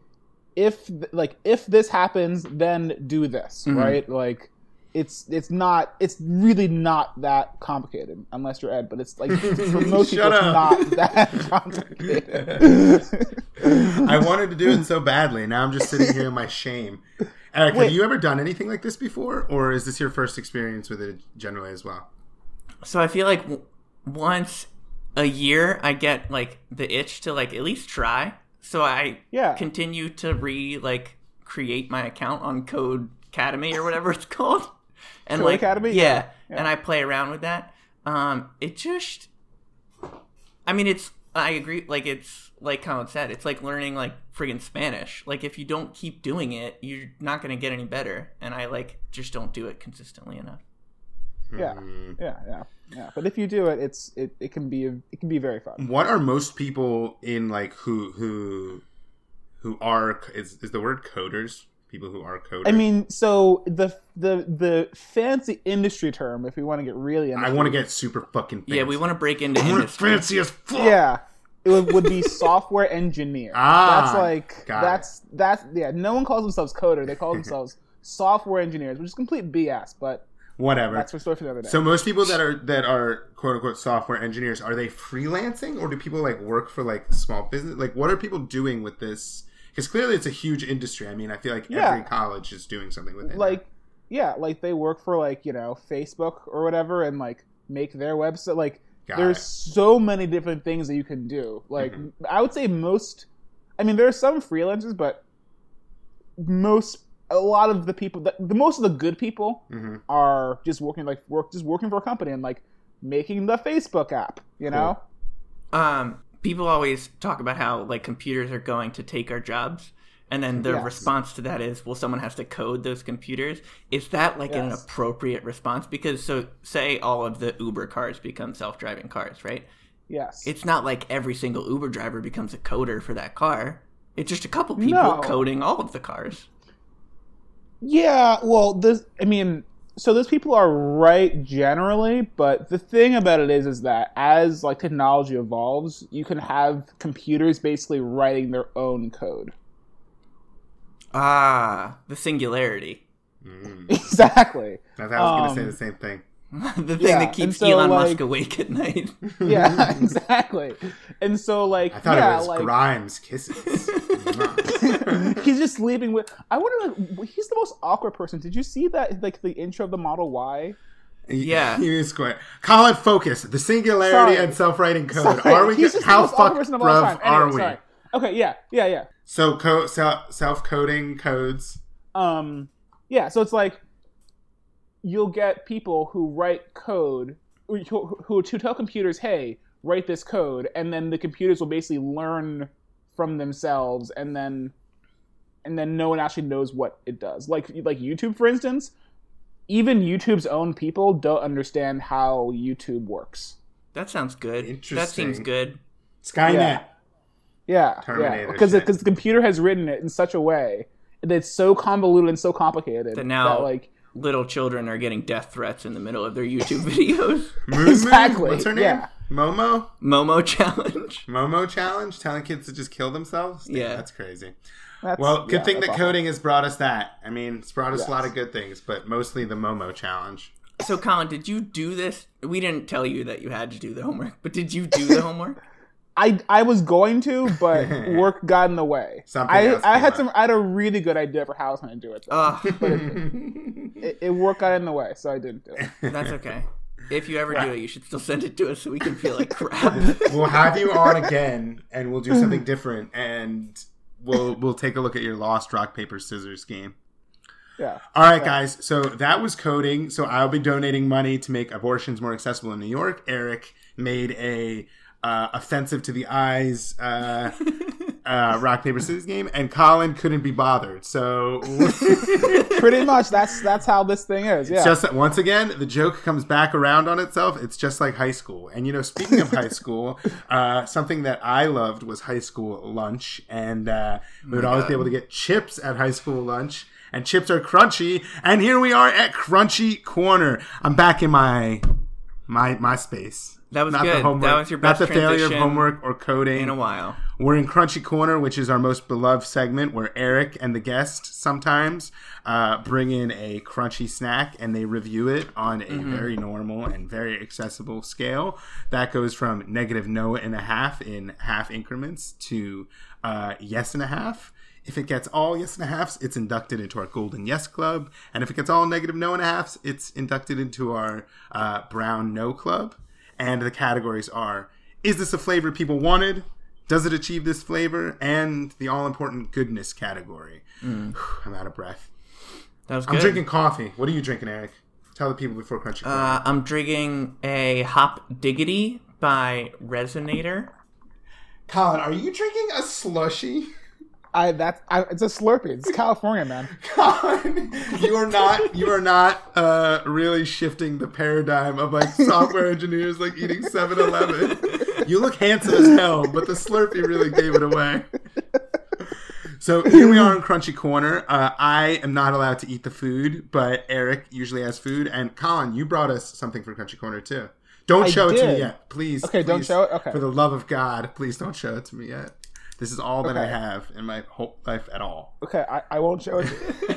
[SPEAKER 4] if th- like if this happens, then do this.
[SPEAKER 2] Mm-hmm.
[SPEAKER 3] Mhm.
[SPEAKER 4] Right. Like it's it's not it's really not that complicated unless you're Ed, but it's
[SPEAKER 2] *laughs*
[SPEAKER 4] like for most people
[SPEAKER 2] Shut
[SPEAKER 4] it's
[SPEAKER 2] up.
[SPEAKER 4] not that
[SPEAKER 2] *laughs*
[SPEAKER 4] *laughs* complicated.
[SPEAKER 2] I wanted to do it so badly. Now I'm just sitting here in my shame. Eric, have
[SPEAKER 4] Wait.
[SPEAKER 2] you ever done anything like this before, or is this your first experience with it generally as well?
[SPEAKER 3] So I feel like w- once a year I get like the itch to like at least try. So I
[SPEAKER 4] Yeah.
[SPEAKER 3] continue to re like create my account on Code Academy or whatever it's called. *laughs* And
[SPEAKER 4] Code
[SPEAKER 3] like
[SPEAKER 4] Academy?
[SPEAKER 3] Yeah,
[SPEAKER 4] Yeah.
[SPEAKER 3] And I play around with that. Um it just I mean it's I agree like it's like Colin said, it's like learning like friggin' Spanish. Like if you don't keep doing it, you're not gonna get any better. And I like just don't do it consistently enough.
[SPEAKER 4] yeah.
[SPEAKER 2] Mm.
[SPEAKER 4] Yeah. Yeah. Yeah. But if you do it, it's it, it can be it can be very fun.
[SPEAKER 2] What are most people in like who who who are is is the word coders? People who are coders.
[SPEAKER 4] I mean, so the the the fancy industry term, if we want to get really,
[SPEAKER 2] I want to get super fucking fancy.
[SPEAKER 3] Yeah, we want to break into
[SPEAKER 2] I want it
[SPEAKER 3] industry.
[SPEAKER 2] fancy as fuck.
[SPEAKER 4] Yeah. It would, would be software engineer.
[SPEAKER 2] *laughs* Ah,
[SPEAKER 4] that's like
[SPEAKER 2] got it.
[SPEAKER 4] that's that's yeah. No one calls themselves coder. They call
[SPEAKER 2] *laughs*
[SPEAKER 4] themselves software engineers, which is complete BS. But
[SPEAKER 2] Whatever.
[SPEAKER 4] that's my story for the other day.
[SPEAKER 2] So most people that are that are quote unquote software engineers are they freelancing or do people like work for like small business? Like what are people doing with this? Because clearly it's a huge industry. I mean, I feel like
[SPEAKER 4] Yeah.
[SPEAKER 2] every college is doing something with it.
[SPEAKER 4] like yeah, like they work for like you know Facebook or whatever, and like make their website. Like
[SPEAKER 2] Got
[SPEAKER 4] there's
[SPEAKER 2] it. Mm-hmm.
[SPEAKER 4] so many different things that you can do. Like I would say most. I mean, there are some freelancers, but most a lot of the people that the most of the good people
[SPEAKER 2] Mhm.
[SPEAKER 4] are just working like work just working for a company and like making the Facebook app, you know?
[SPEAKER 3] um, people always talk about how like computers are going to take our jobs and then their
[SPEAKER 4] Yes.
[SPEAKER 3] response to that is well someone has to code those computers is that like an
[SPEAKER 4] Yes.
[SPEAKER 3] appropriate response because so say all of the uber cars become self-driving cars right
[SPEAKER 4] Yes.
[SPEAKER 3] it's not like every single uber driver becomes a coder for that car it's just a couple people
[SPEAKER 4] No.
[SPEAKER 3] coding all of the cars
[SPEAKER 4] Yeah, well, this I mean, so those people are right generally, but the thing about it is is that as like technology evolves, you can have computers basically writing their own code.
[SPEAKER 3] ah the singularity *laughs*
[SPEAKER 2] Mm.
[SPEAKER 4] *laughs* Exactly.
[SPEAKER 2] I thought I was going to
[SPEAKER 4] Um,
[SPEAKER 2] say the same thing.
[SPEAKER 3] the thing
[SPEAKER 4] Yeah,
[SPEAKER 3] that
[SPEAKER 4] and
[SPEAKER 3] keeps
[SPEAKER 4] so,
[SPEAKER 3] elon
[SPEAKER 4] like-
[SPEAKER 3] musk awake at night *laughs*
[SPEAKER 2] *laughs*
[SPEAKER 4] Yeah, *laughs* exactly. And so like
[SPEAKER 2] I thought
[SPEAKER 4] yeah,
[SPEAKER 2] it was
[SPEAKER 4] like
[SPEAKER 2] Grimes
[SPEAKER 4] *laughs*
[SPEAKER 2] kisses.
[SPEAKER 4] he's just sleeping with I wonder like he's the most awkward person. Did you see that like the intro of the Model Y?
[SPEAKER 3] Yeah.
[SPEAKER 2] he is quite. Colin, focus. The singularity
[SPEAKER 4] Sorry.
[SPEAKER 2] and self-writing code.
[SPEAKER 4] Sorry,
[SPEAKER 2] Are we?
[SPEAKER 4] he's
[SPEAKER 2] Just
[SPEAKER 4] just the
[SPEAKER 2] how
[SPEAKER 4] most awkward
[SPEAKER 2] fucked
[SPEAKER 4] person of all
[SPEAKER 2] bruv
[SPEAKER 4] time. Anyway,
[SPEAKER 2] are we?
[SPEAKER 4] sorry. Okay, yeah, yeah, yeah.
[SPEAKER 2] So, co- so self-coding codes.
[SPEAKER 4] um yeah so it's like you'll get people who write code who, who to tell computers hey write this code and then the computers will basically learn from themselves and then and then no one actually knows what it does like like youtube for instance even youtube's own people don't understand how youtube works
[SPEAKER 3] that sounds good that seems
[SPEAKER 2] Interesting.
[SPEAKER 3] good
[SPEAKER 2] Skynet.
[SPEAKER 4] Yeah. yeah
[SPEAKER 2] Terminator
[SPEAKER 4] because
[SPEAKER 2] shit.
[SPEAKER 4] the computer has written it in such a way that it's so convoluted and so complicated
[SPEAKER 3] That now-
[SPEAKER 4] that like
[SPEAKER 3] little children are getting death threats in the middle of their YouTube *laughs* videos.
[SPEAKER 2] Moon Moon?
[SPEAKER 4] Exactly,
[SPEAKER 2] What's her name?
[SPEAKER 4] yeah.
[SPEAKER 2] Momo.
[SPEAKER 3] Momo challenge.
[SPEAKER 2] Momo challenge. Telling kids to just kill themselves. Damn,
[SPEAKER 3] Yeah.
[SPEAKER 2] that's crazy.
[SPEAKER 4] that's,
[SPEAKER 2] Well, good
[SPEAKER 4] yeah,
[SPEAKER 2] thing
[SPEAKER 4] that's
[SPEAKER 2] that
[SPEAKER 4] awful.
[SPEAKER 2] coding has brought us that. I mean, it's brought us a lot
[SPEAKER 4] Yes.
[SPEAKER 2] of good things, but mostly the Momo challenge.
[SPEAKER 3] So, Colin, did you do this? We didn't tell you that you had to do the homework, but did you do
[SPEAKER 2] *laughs*
[SPEAKER 3] the homework?
[SPEAKER 4] I I was going to, but work got in the way.
[SPEAKER 2] Something
[SPEAKER 4] I
[SPEAKER 2] else
[SPEAKER 4] I
[SPEAKER 2] came
[SPEAKER 4] had
[SPEAKER 2] up.
[SPEAKER 4] some. I had a really good idea for how I was going to do it. though.
[SPEAKER 3] Oh,
[SPEAKER 4] it. It work got in the way, so I didn't do
[SPEAKER 2] *laughs*
[SPEAKER 4] it.
[SPEAKER 3] that's okay. If you ever do it, you should still send it to us so we can feel
[SPEAKER 2] *laughs*
[SPEAKER 3] like crap.
[SPEAKER 2] we'll have you on again, and we'll do
[SPEAKER 4] *laughs*
[SPEAKER 2] something different, and we'll we'll take a look at your lost rock paper scissors game.
[SPEAKER 4] Yeah.
[SPEAKER 2] All right, guys. So that was coding. So I'll be donating money to make abortions more accessible in New York. Eric made a uh, offensive to the eyes
[SPEAKER 4] *laughs*
[SPEAKER 2] uh, uh, rock paper scissors game, and Colin couldn't be bothered. So
[SPEAKER 4] *laughs* Pretty much. That's that's how this thing is. Yeah.
[SPEAKER 2] It's just that once again, the joke comes back around on itself. It's just like high school. And you know, speaking of
[SPEAKER 3] *laughs*
[SPEAKER 2] high school, uh, something that I loved was high school lunch, and uh,
[SPEAKER 3] Oh
[SPEAKER 2] we would always be able to get chips at high school lunch. And chips are crunchy. And here we are at Crunchy Corner. I'm back in my my my space.
[SPEAKER 3] That was
[SPEAKER 2] not The
[SPEAKER 3] good.
[SPEAKER 2] homework,
[SPEAKER 3] That was your best
[SPEAKER 2] not the failure of
[SPEAKER 3] transition
[SPEAKER 2] homework or coding
[SPEAKER 3] in a while.
[SPEAKER 2] we're in Crunchy Corner, which is our most beloved segment where Eric and the guest sometimes uh, bring in a crunchy snack and they review it on a very normal and very accessible scale. That goes from negative no and a half in half increments to uh, yes and a half. If it gets all yes and a halves, it's inducted into our Golden Yes Club. And if it gets all negative no and a halves, it's inducted into our uh, Brown No Club. And the categories are Is this a flavor people wanted? Does it achieve this flavor? And the all important goodness category. *sighs* I'm out of breath.
[SPEAKER 3] That was
[SPEAKER 2] I'm
[SPEAKER 3] Mm. good.
[SPEAKER 2] drinking coffee. What are you drinking, Eric? Tell the people before Crunchy Corner.
[SPEAKER 3] Uh, I'm drinking a Hop Diggity by Resonator.
[SPEAKER 2] Colin, are you drinking a slushy? *laughs*
[SPEAKER 4] I that I, it's a Slurpee. It's California, man.
[SPEAKER 2] Colin, you are not you are not uh, really shifting the paradigm of like *laughs* software engineers like eating 7-Eleven. You look handsome as hell, but the Slurpee really gave it away. So here we are in Crunchy Corner. Uh, I am not allowed to eat the food, but Eric usually has food. And Colin, you brought us something for Crunchy Corner too. Don't
[SPEAKER 4] I
[SPEAKER 2] show it to me
[SPEAKER 4] did.
[SPEAKER 2] yet, please.
[SPEAKER 4] Okay, don't
[SPEAKER 2] please.
[SPEAKER 4] show it? Okay.
[SPEAKER 2] For the love of God, please don't show it to me yet. This is all that I
[SPEAKER 4] Okay.
[SPEAKER 2] have in my whole life at all.
[SPEAKER 4] Okay, I, I won't show it.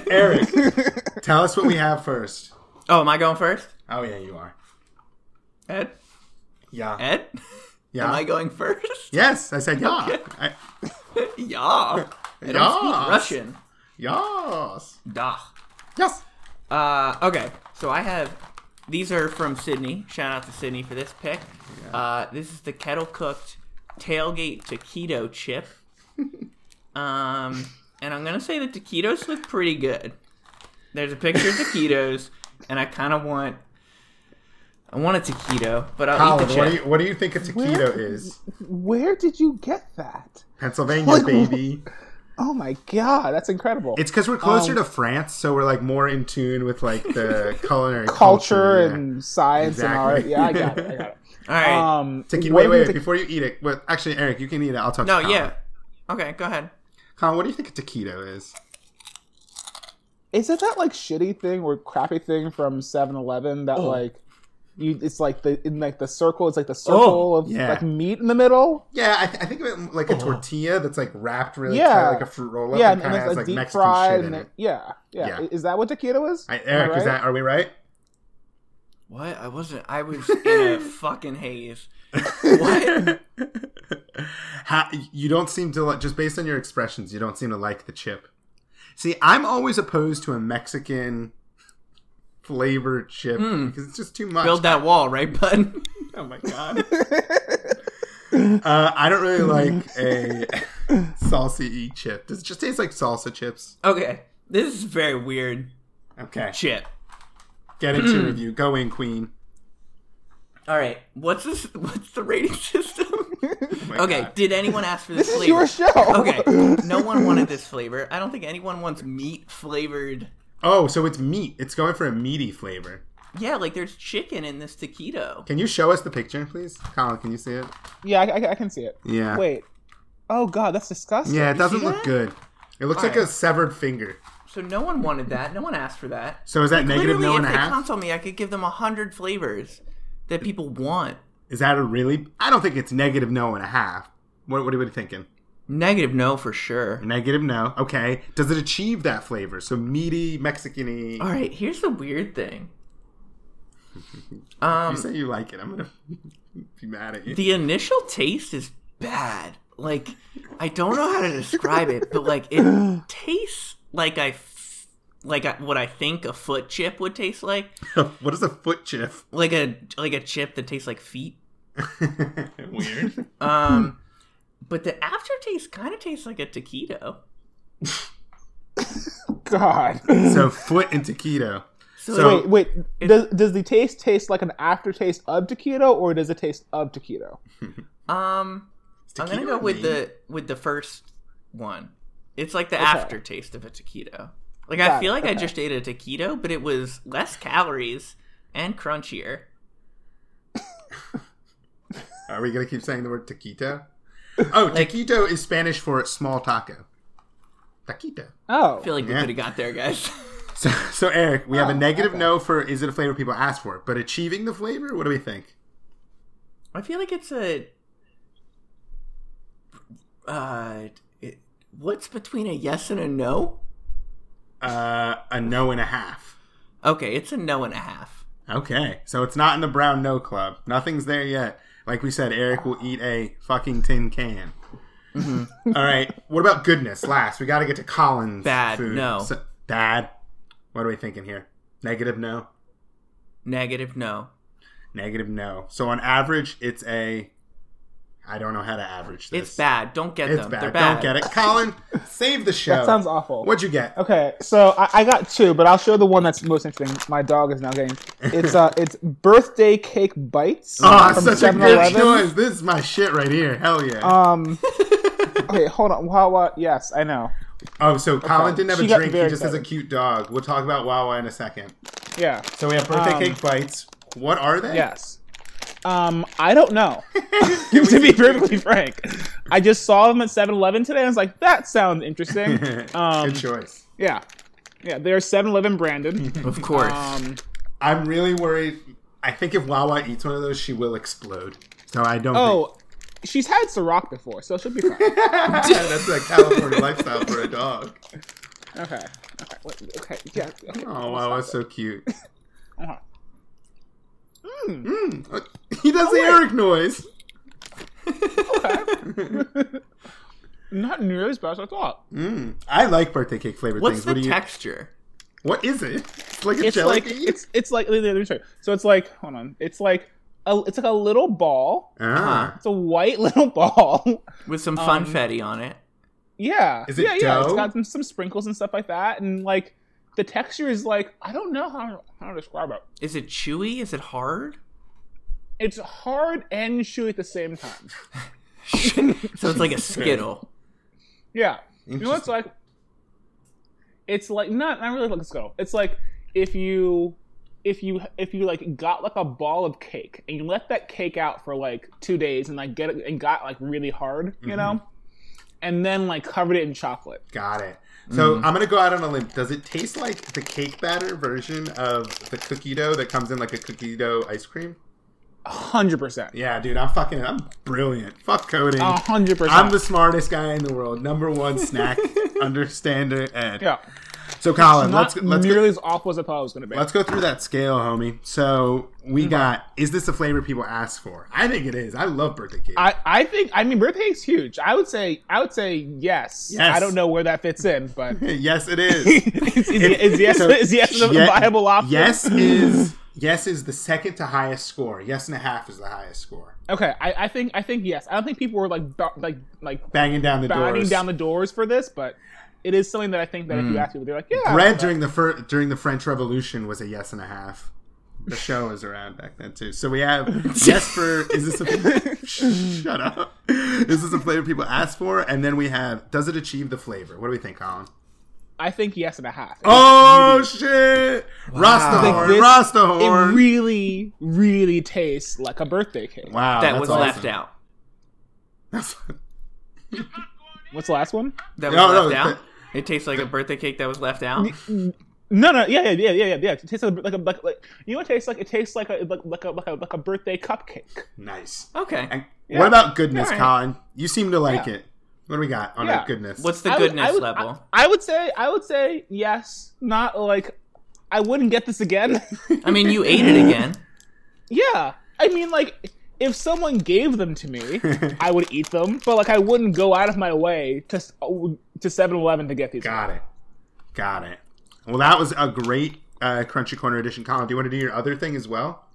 [SPEAKER 4] *laughs*
[SPEAKER 2] Eric, *laughs* Tell us what we have first.
[SPEAKER 3] Oh, am I going first?
[SPEAKER 2] Oh yeah, you are.
[SPEAKER 3] Ed?
[SPEAKER 2] Yeah.
[SPEAKER 3] Ed?
[SPEAKER 2] Yeah.
[SPEAKER 3] Am I going first? *laughs*
[SPEAKER 2] yes, I said yeah. I,
[SPEAKER 3] Yeah. I
[SPEAKER 2] *laughs*
[SPEAKER 3] don't
[SPEAKER 2] Yas.
[SPEAKER 3] speak Russian.
[SPEAKER 2] yes.
[SPEAKER 3] Duh.
[SPEAKER 2] Yes.
[SPEAKER 3] Uh, okay, so I have these are from Sydney. Shout out to Sydney for this pick. *laughs* Uh, this is the kettle cooked tailgate taquito chip. Um, and I'm gonna say the taquitos look pretty good. There's a picture of taquitos, and I kind of want. I want a taquito, but I'll eat
[SPEAKER 2] Colin,
[SPEAKER 3] the
[SPEAKER 2] what do,
[SPEAKER 3] chip.
[SPEAKER 2] you, what do you think a taquito is?
[SPEAKER 4] Where did you get that? *laughs*
[SPEAKER 2] Pennsylvania, baby.
[SPEAKER 4] Oh my god, that's incredible.
[SPEAKER 2] It's because we're
[SPEAKER 4] Um,
[SPEAKER 2] closer to France, so we're like more in tune with like
[SPEAKER 4] *laughs*
[SPEAKER 2] the culinary
[SPEAKER 4] culture,
[SPEAKER 2] yeah.
[SPEAKER 4] and science and art.
[SPEAKER 2] Exactly.
[SPEAKER 4] Yeah, I got it. I
[SPEAKER 2] *laughs*
[SPEAKER 4] got
[SPEAKER 3] All right.
[SPEAKER 4] it. Um,
[SPEAKER 2] Taqui-
[SPEAKER 4] what
[SPEAKER 2] wait,
[SPEAKER 4] do
[SPEAKER 2] wait,
[SPEAKER 4] you
[SPEAKER 2] wait,
[SPEAKER 4] think-
[SPEAKER 2] before you eat it. Well, actually, Eric, you can eat it. I'll talk.
[SPEAKER 3] no,
[SPEAKER 2] to Colin.
[SPEAKER 3] yeah. Okay, go ahead.
[SPEAKER 2] Colin, what do you think a taquito is?
[SPEAKER 4] is it that like shitty thing or crappy thing from 7-Eleven
[SPEAKER 2] Oh.
[SPEAKER 4] that like you? It's like the in like the circle. It's like the circle of
[SPEAKER 2] Oh, yeah.
[SPEAKER 4] like meat in the middle.
[SPEAKER 2] Yeah, I, th- I think of it like a tortilla that's like wrapped really
[SPEAKER 4] Uh-huh. Yeah.
[SPEAKER 2] tight, like a fruit roll up.
[SPEAKER 4] yeah,
[SPEAKER 2] and
[SPEAKER 4] and
[SPEAKER 2] kind of has
[SPEAKER 4] it's like,
[SPEAKER 2] like
[SPEAKER 4] deep
[SPEAKER 2] Mexican
[SPEAKER 4] fried.
[SPEAKER 2] shit in
[SPEAKER 4] and
[SPEAKER 2] it.
[SPEAKER 4] it- yeah, yeah,
[SPEAKER 2] Yeah.
[SPEAKER 4] Is that what taquito is?
[SPEAKER 2] I,
[SPEAKER 4] Am I
[SPEAKER 2] Eric, is
[SPEAKER 4] right?
[SPEAKER 2] that are we right?
[SPEAKER 3] What? I wasn't. I was *laughs* in a fucking haze. *laughs* What?
[SPEAKER 2] How, you don't seem to like just based on your expressions, you don't seem to like the chip. See, I'm always opposed to a Mexican flavored chip because it's just too much.
[SPEAKER 3] Hmm. Build that wall, right, bud?
[SPEAKER 2] Oh my god. uh, I don't really like a *laughs* salsa e chip. Does it just taste like salsa chips?
[SPEAKER 3] Okay. This is very weird
[SPEAKER 2] Okay.
[SPEAKER 3] chip.
[SPEAKER 2] Get into review. Go in, Queen.
[SPEAKER 3] All right. What's this? *laughs* What's the rating system?
[SPEAKER 2] *laughs* Oh my
[SPEAKER 3] okay.
[SPEAKER 2] God.
[SPEAKER 3] Did anyone ask for this,
[SPEAKER 4] This is
[SPEAKER 3] flavor?
[SPEAKER 2] *laughs*
[SPEAKER 4] your show.
[SPEAKER 3] Okay. No one wanted this flavor. I don't think anyone wants meat flavored.
[SPEAKER 2] Oh, so it's meat. It's going for a meaty flavor.
[SPEAKER 3] Yeah, like there's chicken in this taquito.
[SPEAKER 2] Can you show us the picture, please? Colin, can you see it?
[SPEAKER 4] Yeah, I, I, I can see it.
[SPEAKER 2] Yeah.
[SPEAKER 4] Wait. Oh god, that's disgusting.
[SPEAKER 2] Yeah, it doesn't
[SPEAKER 3] see
[SPEAKER 2] look
[SPEAKER 3] that?
[SPEAKER 2] good. It looks like a
[SPEAKER 3] Alright.
[SPEAKER 2] severed finger.
[SPEAKER 3] So no one wanted that. No one asked for that.
[SPEAKER 2] So is that negative
[SPEAKER 3] Literally,
[SPEAKER 2] no
[SPEAKER 3] if
[SPEAKER 2] and a
[SPEAKER 3] they
[SPEAKER 2] half?
[SPEAKER 3] console me, I could give them a hundred flavors that people want.
[SPEAKER 2] is that a really? I don't think it's negative no and a half. What, what are you thinking?
[SPEAKER 3] Negative, no, for sure.
[SPEAKER 2] Negative no. Okay. Does it achieve that flavor? So meaty, Mexican-y.
[SPEAKER 3] All right, here's the
[SPEAKER 2] *laughs*
[SPEAKER 3] weird thing.
[SPEAKER 2] you
[SPEAKER 3] Um,
[SPEAKER 2] say you like it. I'm gonna *laughs* be mad at you.
[SPEAKER 3] the initial taste is bad. Like, I don't know how to describe it, but like
[SPEAKER 4] *laughs*
[SPEAKER 3] it tastes like I, f- like I, what I think a foot chip would taste like,
[SPEAKER 2] *laughs* what is a foot
[SPEAKER 3] *laughs*
[SPEAKER 2] chip?
[SPEAKER 3] like a like a chip that tastes like feet.
[SPEAKER 2] Weird.
[SPEAKER 4] Hmm.
[SPEAKER 3] Um, but the aftertaste kind of tastes like a taquito.
[SPEAKER 4] *laughs* God.
[SPEAKER 2] *laughs* so foot and taquito.
[SPEAKER 3] So,
[SPEAKER 2] So-
[SPEAKER 4] wait, wait. Does, does the taste taste like an aftertaste of taquito, or does it taste of taquito?
[SPEAKER 3] um, I'm gonna
[SPEAKER 2] taquito
[SPEAKER 3] go
[SPEAKER 2] a
[SPEAKER 3] with
[SPEAKER 2] name?
[SPEAKER 3] the with the first one. It's like the aftertaste of a taquito. Like I
[SPEAKER 4] Got
[SPEAKER 3] feel
[SPEAKER 4] it,
[SPEAKER 3] like I
[SPEAKER 4] okay.
[SPEAKER 3] just ate a taquito, but it was less calories and crunchier.
[SPEAKER 2] Are we gonna keep saying the word
[SPEAKER 3] *laughs*
[SPEAKER 2] taquito? Oh, taquito is Spanish for small taco. Taquito.
[SPEAKER 4] Oh,
[SPEAKER 3] I feel like we
[SPEAKER 2] Yeah.
[SPEAKER 3] could have got there, guys. *laughs*
[SPEAKER 2] So, *laughs* so Eric, we have a negative no for is it a flavor people ask for, but achieving the flavor, what do we think?
[SPEAKER 3] I feel like it's a uh, it, what's between a yes and a no?
[SPEAKER 2] Uh, a no and a half.
[SPEAKER 3] Okay, it's a no and a half.
[SPEAKER 2] Okay, so it's not in the brown no club. Nothing's there yet. Like we said, Eric will eat a fucking tin can.
[SPEAKER 3] Mm-hmm.
[SPEAKER 2] All right. What about goodness? Last, we got to get to Collins.
[SPEAKER 3] Bad,
[SPEAKER 2] food.
[SPEAKER 3] no.
[SPEAKER 2] So, bad. What are we thinking here? Negative no.
[SPEAKER 3] Negative no.
[SPEAKER 2] Negative no. So on average, it's a. I don't know how to average this.
[SPEAKER 3] It's bad. Don't get
[SPEAKER 2] It's
[SPEAKER 3] them.
[SPEAKER 2] bad.
[SPEAKER 3] They're bad.
[SPEAKER 2] Don't get it, Colin. Save the show.
[SPEAKER 4] that sounds awful.
[SPEAKER 2] What'd you get?
[SPEAKER 4] Okay, so I, I got two, but I'll show the one that's most interesting. My dog is now getting it's uh it's birthday cake bites
[SPEAKER 2] Oh,
[SPEAKER 4] from
[SPEAKER 2] such a
[SPEAKER 4] 7-Eleven.
[SPEAKER 2] good choice. This is my shit right here. Hell yeah. *laughs*
[SPEAKER 4] Um, okay, hold on. Wawa, yes, I know.
[SPEAKER 2] oh, so Colin didn't have
[SPEAKER 4] She
[SPEAKER 2] a
[SPEAKER 4] got
[SPEAKER 2] drink. He
[SPEAKER 4] very
[SPEAKER 2] just has a
[SPEAKER 4] excited.
[SPEAKER 2] cute dog. We'll talk about Wawa in a second.
[SPEAKER 4] Yeah,
[SPEAKER 2] So we have birthday
[SPEAKER 4] Um,
[SPEAKER 2] cake bites. What are they? *laughs*
[SPEAKER 4] yes. Um, I don't know. *laughs* to be perfectly frank, I just saw them at 7-Eleven today, and I was like, that
[SPEAKER 2] *laughs*
[SPEAKER 4] sounds interesting.
[SPEAKER 2] *laughs*
[SPEAKER 4] Um,
[SPEAKER 2] good choice.
[SPEAKER 4] yeah, yeah, they're 7-Eleven branded.
[SPEAKER 3] Of course.
[SPEAKER 4] Um,
[SPEAKER 2] I'm really worried. I think if Wawa eats one of those, she will explode. So I don't.
[SPEAKER 4] oh, she's had Ciroc before, so she'll
[SPEAKER 2] *laughs*
[SPEAKER 4] be fine.
[SPEAKER 2] think... that's a California lifestyle for a dog.
[SPEAKER 4] Okay. Okay. Wait, okay. Yeah. Okay.
[SPEAKER 2] Oh, Wawa's so cute.
[SPEAKER 4] Uh-huh.
[SPEAKER 2] Mm. *laughs* He does
[SPEAKER 4] Oh,
[SPEAKER 2] the Eric noise.
[SPEAKER 4] Not nearly as bad as I thought.
[SPEAKER 2] Mm. I like birthday cake flavored things.
[SPEAKER 3] What's the
[SPEAKER 2] what do you?
[SPEAKER 3] texture?
[SPEAKER 2] What is it? It's like a
[SPEAKER 4] It's
[SPEAKER 2] jelly
[SPEAKER 4] like
[SPEAKER 2] bean.
[SPEAKER 4] it's it's like let me- let me show you. So it's like hold on. It's like a, it's like a little ball.
[SPEAKER 2] Ah.
[SPEAKER 4] It's a white *laughs* little ball.
[SPEAKER 3] Um, With some funfetti on it.
[SPEAKER 4] Yeah.
[SPEAKER 2] Is it
[SPEAKER 4] yeah, yeah. It's
[SPEAKER 2] dough?
[SPEAKER 4] got some, some sprinkles and stuff like that. And like the texture is like I don't know how how to describe it.
[SPEAKER 3] Is it chewy? Is it *laughs* hard?
[SPEAKER 4] It's hard and chewy at the same time.
[SPEAKER 3] so it's like a skittle.
[SPEAKER 2] *laughs*
[SPEAKER 4] Yeah. You know what it's like? It's like not not really like a skull. It's like if you if you if you like got like a ball of cake and you let that cake out for like two days and like get it and got like really hard,
[SPEAKER 2] Mm-hmm.
[SPEAKER 4] you know? And then like covered it in chocolate.
[SPEAKER 2] Got it. So
[SPEAKER 4] Mm-hmm.
[SPEAKER 2] I'm gonna go out on a limb. Does it taste like the cake batter version of the cookie dough that comes in like a cookie dough ice cream?
[SPEAKER 4] hundred percent.
[SPEAKER 2] Yeah, dude, I'm fucking, I'm brilliant. Fuck coding.
[SPEAKER 4] A hundred
[SPEAKER 2] I'm the
[SPEAKER 4] percent.
[SPEAKER 2] smartest guy in the world. Number one
[SPEAKER 4] *laughs*
[SPEAKER 2] snack understander, Ed.
[SPEAKER 4] Yeah.
[SPEAKER 2] So Colin,
[SPEAKER 4] Not
[SPEAKER 2] let's let's go,
[SPEAKER 4] nearly as awful as I thought it was gonna be.
[SPEAKER 2] let's go through that scale, homie. So we
[SPEAKER 4] Mm-hmm.
[SPEAKER 2] got, is this the flavor people ask for? I think it is. I love birthday cake.
[SPEAKER 4] I, I think I mean birthday cake's huge. I would say I would say yes.
[SPEAKER 2] Yes.
[SPEAKER 4] I don't know where that fits in,
[SPEAKER 2] *laughs* *laughs*
[SPEAKER 4] but
[SPEAKER 2] yes, it
[SPEAKER 4] *laughs*
[SPEAKER 2] is.
[SPEAKER 4] is, is yes
[SPEAKER 2] So-
[SPEAKER 4] is yes a
[SPEAKER 2] Ye-
[SPEAKER 4] viable option?
[SPEAKER 2] Yes
[SPEAKER 4] *laughs*
[SPEAKER 2] is yes is the second to highest score. Yes and a half is the highest score.
[SPEAKER 4] Okay, I, I think I think yes. I don't think people were like ba- like like
[SPEAKER 2] Banging down the
[SPEAKER 4] banging
[SPEAKER 2] doors. Hmm.
[SPEAKER 4] down the doors for this, but it is something that I think that if you ask people, they're like, yeah,
[SPEAKER 2] Bread during the fir- during the French Revolution was a yes and a half. The show was around back then too. So we
[SPEAKER 3] *laughs*
[SPEAKER 2] have yes for is this a *laughs* shut up? Is this a flavor people ask for? And then we have does it achieve the flavor? What do we think, Colin?
[SPEAKER 4] I think yes and a half.
[SPEAKER 2] Oh shit! Rasta horn,
[SPEAKER 4] This-
[SPEAKER 2] Rasta
[SPEAKER 4] it
[SPEAKER 2] horn.
[SPEAKER 4] really, really tastes like a birthday cake.
[SPEAKER 2] wow, Oh,
[SPEAKER 3] that
[SPEAKER 2] that's
[SPEAKER 3] was
[SPEAKER 2] awesome.
[SPEAKER 3] left out.
[SPEAKER 2] That's- *laughs*
[SPEAKER 4] What's the last one?
[SPEAKER 3] That was
[SPEAKER 2] No, no,
[SPEAKER 3] left out.
[SPEAKER 2] it's
[SPEAKER 3] It tastes like a birthday cake that was left out.
[SPEAKER 2] *laughs*
[SPEAKER 4] No, no, yeah, yeah, yeah, yeah, yeah. yeah. It tastes like a, like, a, like, like you know what it tastes like? It tastes like a like, like a like a like a birthday cupcake.
[SPEAKER 2] nice.
[SPEAKER 3] Okay.
[SPEAKER 2] And
[SPEAKER 4] Yeah.
[SPEAKER 2] What about goodness,
[SPEAKER 3] Oh, All right.
[SPEAKER 2] Colin? You seem to like
[SPEAKER 4] Yeah.
[SPEAKER 2] it. What do we got on
[SPEAKER 4] Yeah.
[SPEAKER 2] our goodness?
[SPEAKER 3] What's the
[SPEAKER 4] I would-
[SPEAKER 3] goodness
[SPEAKER 4] I would-
[SPEAKER 3] level?
[SPEAKER 4] I, I would say I would say yes. Not like I wouldn't get
[SPEAKER 2] *laughs*
[SPEAKER 4] this again.
[SPEAKER 3] I, mean, *laughs* you ate it again.
[SPEAKER 4] Yeah. I mean, like, if someone gave them to me, I would eat them, but, like, I wouldn't go out of my way to, s- oh, to 7 Eleven to get these.
[SPEAKER 2] Got it. Got it. Well, that was a great uh, Crunchy Corner edition. Colin, do you want to do your other thing as well? *laughs*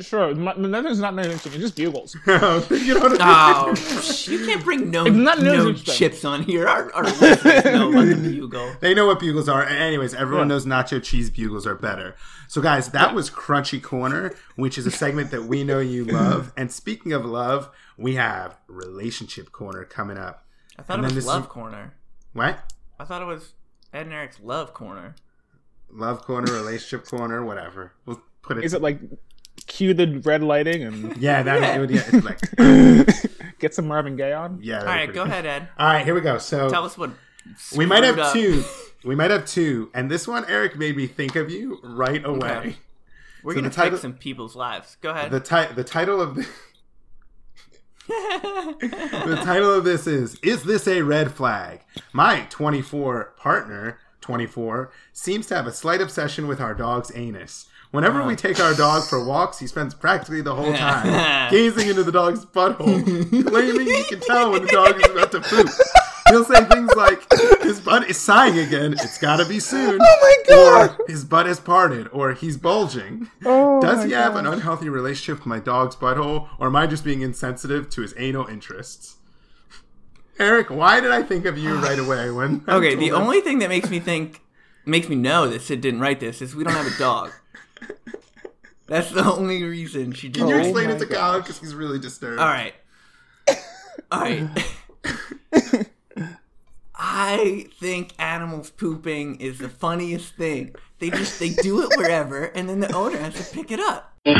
[SPEAKER 4] Sure. My, my nothing's not nothing to me, just bugles.
[SPEAKER 2] you know
[SPEAKER 3] *laughs*
[SPEAKER 2] what I
[SPEAKER 3] Oh, psh, you can't bring no
[SPEAKER 4] not an
[SPEAKER 3] no
[SPEAKER 4] instant.
[SPEAKER 3] chips on here. Our, our listeners know about the
[SPEAKER 2] *laughs*
[SPEAKER 3] bugle.
[SPEAKER 2] They know what bugles are. Anyways, everyone
[SPEAKER 4] Yeah.
[SPEAKER 2] knows nacho cheese bugles are better. So, guys, that was Crunchy Corner, which is a segment that we know
[SPEAKER 3] *laughs*
[SPEAKER 2] you love. And speaking of love, we have Relationship Corner coming up.
[SPEAKER 3] I thought
[SPEAKER 2] And
[SPEAKER 3] it
[SPEAKER 2] then
[SPEAKER 3] was
[SPEAKER 2] this
[SPEAKER 3] love
[SPEAKER 2] is-
[SPEAKER 3] corner.
[SPEAKER 2] What?
[SPEAKER 3] I thought it was Ed and Eric's love corner.
[SPEAKER 2] Love Corner, Relationship *laughs* Corner, whatever. We'll put it.
[SPEAKER 4] Is it, like, cue the red lighting and
[SPEAKER 2] yeah, that
[SPEAKER 3] Yeah.
[SPEAKER 2] It would, yeah, it's like,
[SPEAKER 4] get some Marvin Gaye on?
[SPEAKER 2] yeah.
[SPEAKER 3] All right, go ahead, Ed.
[SPEAKER 2] All right, here we go. So
[SPEAKER 3] Tell us what.
[SPEAKER 2] *laughs* We might have
[SPEAKER 3] screwed
[SPEAKER 2] two.
[SPEAKER 3] up.
[SPEAKER 2] We might have two. And this one, Eric made me think of you right away.
[SPEAKER 3] Okay. We're
[SPEAKER 2] So
[SPEAKER 3] gonna
[SPEAKER 2] the title-
[SPEAKER 3] fix some people's lives. Go ahead.
[SPEAKER 2] The ti- the title of the, the title of this is Is This a Red Flag? My 24 partner, 24, seems to have a slight obsession with our dog's anus. Whenever
[SPEAKER 4] Oh.
[SPEAKER 2] we take our dog for walks, he spends practically the whole
[SPEAKER 4] *laughs*
[SPEAKER 2] time gazing into the dog's butthole, claiming he can tell when the dog is about to poop. He'll say things like, his butt is sighing again, it's gotta be soon.
[SPEAKER 4] Oh my God.
[SPEAKER 2] Or his butt has parted, or he's bulging.
[SPEAKER 4] Oh
[SPEAKER 2] Does
[SPEAKER 4] my
[SPEAKER 2] he have an unhealthy relationship with my dog's butthole, or am I just being insensitive to his anal interests? Eric, why did I think of you
[SPEAKER 3] *sighs*
[SPEAKER 2] right away when?
[SPEAKER 3] okay, the only thing that makes me think, makes me know that Sid didn't write this is we don't have
[SPEAKER 2] *laughs*
[SPEAKER 3] a dog. That's the only reason she
[SPEAKER 2] Can
[SPEAKER 3] didn't.
[SPEAKER 2] you
[SPEAKER 4] Oh
[SPEAKER 3] write
[SPEAKER 2] explain
[SPEAKER 4] my
[SPEAKER 2] it to Colin because he's really disturbed?
[SPEAKER 3] All right. All right. I think animals pooping is the funniest thing. They just they do it wherever and then the owner has to pick it up. and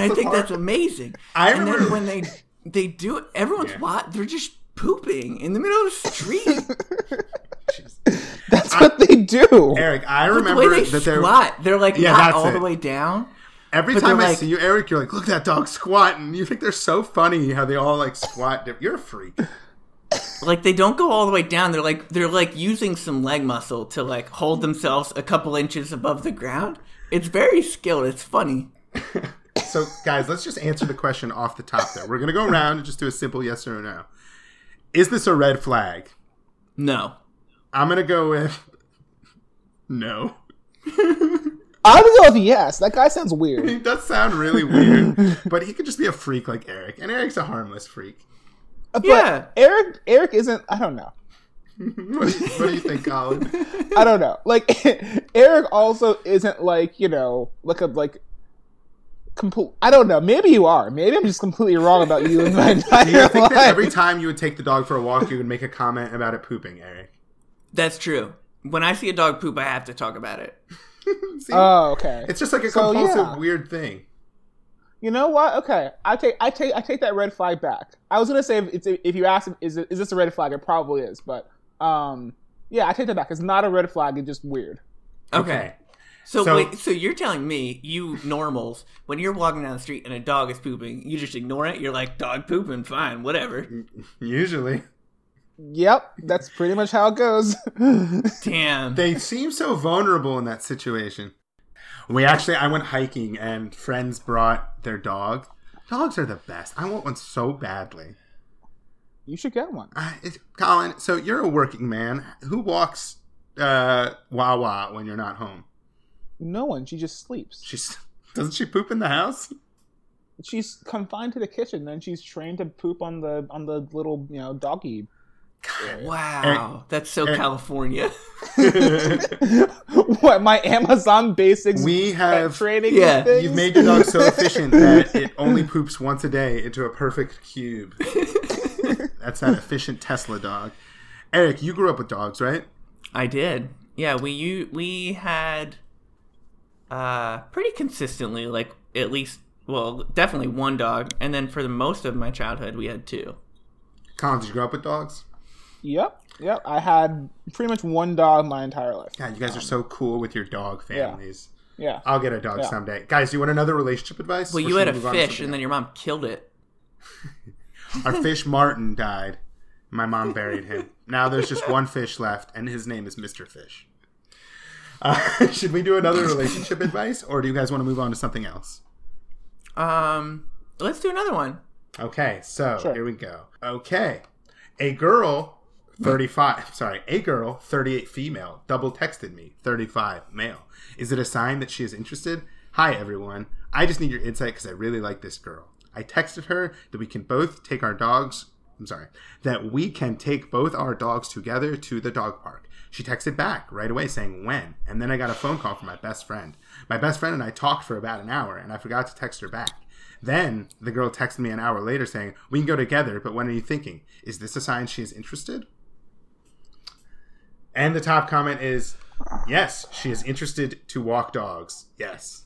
[SPEAKER 3] I think that's amazing.
[SPEAKER 2] I
[SPEAKER 3] and then
[SPEAKER 2] remember-
[SPEAKER 3] when they they do it everyone's
[SPEAKER 2] Yeah.
[SPEAKER 3] what they're just pooping in the middle of the street.
[SPEAKER 4] That's what they do.
[SPEAKER 2] Eric, I
[SPEAKER 3] the way
[SPEAKER 2] remember
[SPEAKER 3] they
[SPEAKER 2] that there.
[SPEAKER 3] squat, they're like
[SPEAKER 2] Yeah,
[SPEAKER 3] not
[SPEAKER 2] that's
[SPEAKER 3] all the
[SPEAKER 2] it.
[SPEAKER 3] way down.
[SPEAKER 2] Every
[SPEAKER 3] but
[SPEAKER 2] time
[SPEAKER 3] they're
[SPEAKER 2] I
[SPEAKER 3] like-
[SPEAKER 2] see you, Eric, you're like, look, that dog squatting. You think they're so funny how they all like squat. di- You're a freak.
[SPEAKER 3] like they don't go all the way down they're like they're like using some leg muscle to like hold themselves a couple inches above the ground it's very skilled it's funny
[SPEAKER 2] So, guys, let's just answer the question off the top there. We're going to go around and just do a simple yes or no. Is this a red flag?
[SPEAKER 3] no
[SPEAKER 2] I'm going to go with no.
[SPEAKER 4] I would go with yes. That guy sounds *laughs* weird.
[SPEAKER 2] He does sound really weird, but he could just be a freak like Eric. And Eric's a harmless freak.
[SPEAKER 4] But
[SPEAKER 3] Yeah.
[SPEAKER 4] Eric Eric isn't I don't know.
[SPEAKER 2] what, do you, what do you think, Colin?
[SPEAKER 4] I don't know. Like *laughs* Eric also isn't like, you know, like a like complete I don't know. Maybe you are. Maybe I'm just completely wrong about you and
[SPEAKER 2] *laughs*
[SPEAKER 4] my
[SPEAKER 2] Do you
[SPEAKER 4] entire
[SPEAKER 2] think
[SPEAKER 4] life.
[SPEAKER 2] that every time you would take the dog for a walk, you would make a comment about it pooping, Eric?
[SPEAKER 3] That's true. When I see a dog poop, I have to talk about it.
[SPEAKER 2] See,
[SPEAKER 4] oh, okay.
[SPEAKER 2] it's just like a
[SPEAKER 4] so,
[SPEAKER 2] compulsive,
[SPEAKER 4] yeah.
[SPEAKER 2] weird thing.
[SPEAKER 4] You know what? Okay, I take I take I take that red flag back. I was gonna say if, it's, if you ask is it, is this a red flag, it probably is. But um, yeah, I take that back. It's not a red flag. It's just weird.
[SPEAKER 3] Okay. So,
[SPEAKER 2] So-
[SPEAKER 3] wait, so you're telling me, you normals, when you're walking down the street and a dog is pooping, you just ignore it? You're like, dog pooping, fine, whatever.
[SPEAKER 2] Usually,
[SPEAKER 4] Yep, that's pretty much how it goes. *laughs*
[SPEAKER 3] Damn.
[SPEAKER 2] they seem so vulnerable in that situation. We actually, I went hiking, and friends brought their dog. Dogs are the best. I want one so badly.
[SPEAKER 4] you should get one.
[SPEAKER 2] Uh, it's, Colin, so you're a working man. Who walks uh, Wawa when you're not home?
[SPEAKER 4] No one. She just sleeps.
[SPEAKER 2] She's *laughs* doesn't she poop in the house?
[SPEAKER 4] She's confined to the kitchen, then she's trained to poop on the on the little you
[SPEAKER 2] *laughs*
[SPEAKER 4] know doggy.
[SPEAKER 3] Wow. that's so
[SPEAKER 2] Eric-
[SPEAKER 3] California. *laughs*
[SPEAKER 4] what my Amazon basics
[SPEAKER 2] we
[SPEAKER 4] pet
[SPEAKER 2] have
[SPEAKER 4] training?
[SPEAKER 3] Yeah,
[SPEAKER 4] things?
[SPEAKER 2] you've made your dog so efficient that it only poops once a day into a perfect
[SPEAKER 4] *laughs*
[SPEAKER 2] cube. That's that efficient Tesla dog. Eric, you grew up with dogs, right?
[SPEAKER 3] I did. Yeah, we you, we had uh pretty consistently like at least well, definitely one dog and then for the most of my childhood we had two.
[SPEAKER 2] Colin, did you grow up with dogs?
[SPEAKER 4] Yep, yep. I had pretty much one dog my entire life.
[SPEAKER 2] God, you guys are so cool with your dog families.
[SPEAKER 4] Yeah.
[SPEAKER 2] I'll get a dog
[SPEAKER 4] Yeah.
[SPEAKER 2] someday. Guys, you want another relationship advice?
[SPEAKER 3] Well,
[SPEAKER 2] Or
[SPEAKER 3] you
[SPEAKER 2] should
[SPEAKER 3] had
[SPEAKER 2] we
[SPEAKER 3] a
[SPEAKER 2] move on to
[SPEAKER 3] fish
[SPEAKER 2] something
[SPEAKER 3] and then your mom killed it.
[SPEAKER 2] Our
[SPEAKER 3] *laughs*
[SPEAKER 2] fish Martin died. My mom buried him. Now there's just one fish left, and his name is Mr. Fish. Uh, *laughs* should we do another relationship advice, or do you guys want to move on to something else?
[SPEAKER 3] Um let's do another one.
[SPEAKER 2] Okay, so
[SPEAKER 4] Sure.
[SPEAKER 2] here we go. Okay, a girl, 35, *laughs* sorry, a girl, 38 female, double texted me, 35 male. Is it a sign that she is interested? Hi, everyone. I just need your insight because I really like this girl. I texted her that we can both take our dogs, I'm sorry, that we can take both our dogs together to the dog park. She texted back right away saying when, and then I got a phone call from my best friend. My best friend and I talked for about an hour, and I forgot to text her back. Then the girl texted me an hour later saying, We can go together, but when are you thinking? Is this a sign she is interested? And the top comment is, Yes, she is interested to walk dogs. Yes.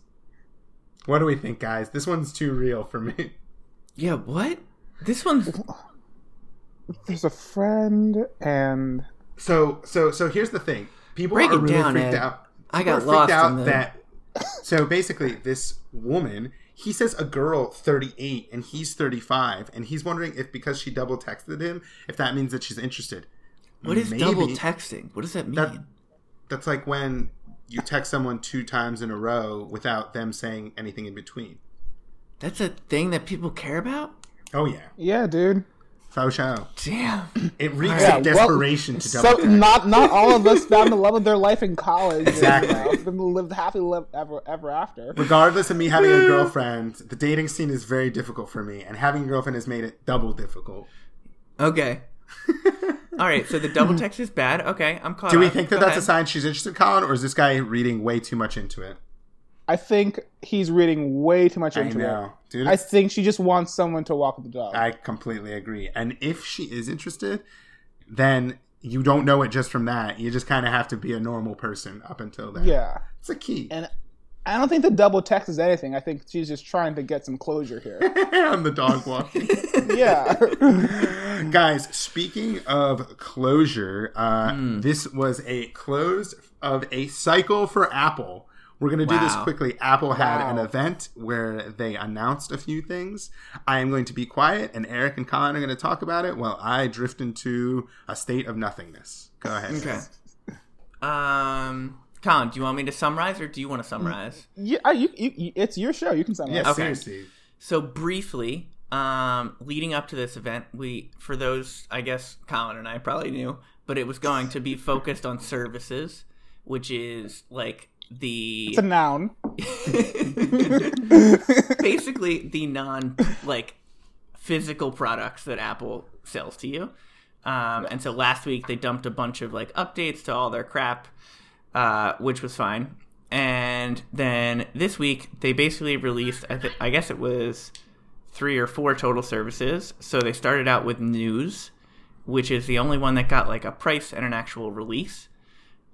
[SPEAKER 2] What do we think, guys? This one's too real for me. *laughs*
[SPEAKER 3] Yeah, what? This one's
[SPEAKER 4] There's a friend and
[SPEAKER 2] So, so, so here's the thing. People
[SPEAKER 3] Break
[SPEAKER 2] are
[SPEAKER 3] it
[SPEAKER 2] really
[SPEAKER 3] down,
[SPEAKER 2] freaked
[SPEAKER 3] Ed.
[SPEAKER 2] out.
[SPEAKER 3] I
[SPEAKER 2] People
[SPEAKER 3] got
[SPEAKER 2] are freaked
[SPEAKER 3] lost
[SPEAKER 2] out
[SPEAKER 3] in the-
[SPEAKER 2] that. *coughs* So basically, this woman, he says a girl 38 and he's 35, and he's wondering if because she double texted him, if that means that she's interested.
[SPEAKER 3] what is
[SPEAKER 2] Maybe.
[SPEAKER 3] double texting? What does that mean?
[SPEAKER 2] That- That's like when you text someone two times in a row without them saying anything in between.
[SPEAKER 3] That's a thing that people care about?
[SPEAKER 2] Oh yeah,
[SPEAKER 4] yeah, dude.
[SPEAKER 2] faux show.
[SPEAKER 3] Damn.
[SPEAKER 2] It reeks
[SPEAKER 4] Yeah,
[SPEAKER 2] of
[SPEAKER 4] well,
[SPEAKER 2] desperation to double
[SPEAKER 4] So
[SPEAKER 2] text.
[SPEAKER 4] not not all of us found the love of their life in college.
[SPEAKER 2] *laughs* Exactly.
[SPEAKER 4] And, you know, then lived happy live ever ever after.
[SPEAKER 2] Regardless of me having a girlfriend, the dating scene is very difficult for me, and having a girlfriend has made it double difficult. *laughs*
[SPEAKER 3] Okay. All right, so the double text is bad. Okay, I'm caught
[SPEAKER 2] Do we
[SPEAKER 3] up.
[SPEAKER 2] think that
[SPEAKER 3] Go
[SPEAKER 2] that's a
[SPEAKER 3] ahead.
[SPEAKER 2] sign she's interested, Colin, or is this guy reading way too much into it?
[SPEAKER 4] I think he's reading way too much
[SPEAKER 2] I
[SPEAKER 4] into it.
[SPEAKER 2] know, dude.
[SPEAKER 4] I
[SPEAKER 2] I,
[SPEAKER 4] think she just wants someone to walk the dog.
[SPEAKER 2] completely agree. And if she is interested, then you don't know it just from that. You just kind of have to be a normal person up until then.
[SPEAKER 4] yeah.
[SPEAKER 2] it's a key.
[SPEAKER 4] And I don't think the double text is anything. I think she's just trying to get some closure
[SPEAKER 2] *laughs*
[SPEAKER 4] here.
[SPEAKER 2] I'm the dog
[SPEAKER 3] *laughs*
[SPEAKER 2] walking.
[SPEAKER 4] yeah. *laughs*
[SPEAKER 2] Guys, speaking of closure, uh,
[SPEAKER 3] Hmm.
[SPEAKER 2] this was a close of a cycle for Apple. We're going to do this
[SPEAKER 3] Wow.
[SPEAKER 2] quickly. Apple had an
[SPEAKER 4] Wow.
[SPEAKER 2] event where they announced a few things. I am going to be quiet, and Eric and Colin are going to talk about it while I drift into a state of nothingness. Go ahead.
[SPEAKER 3] Okay. Um, Colin, do you want me to summarize or do you want to summarize?
[SPEAKER 4] you, I- you, you, you- it's your show. You can sign
[SPEAKER 2] Yeah,
[SPEAKER 4] up.
[SPEAKER 3] Okay.
[SPEAKER 2] seriously.
[SPEAKER 3] So briefly, um, leading up to this event, we for those I guess Colin and I probably knew, but it was going to be focused on services, which is like the
[SPEAKER 4] It's a noun.
[SPEAKER 3] *laughs* basically the non like physical products that Apple sells to you. Um, and so last week they dumped a bunch of like updates to all their crap, uh, which was fine. And then this week they basically released, I, th- I guess it was three or four total services. So they started out with news, which is the only one that got like a price and an actual release.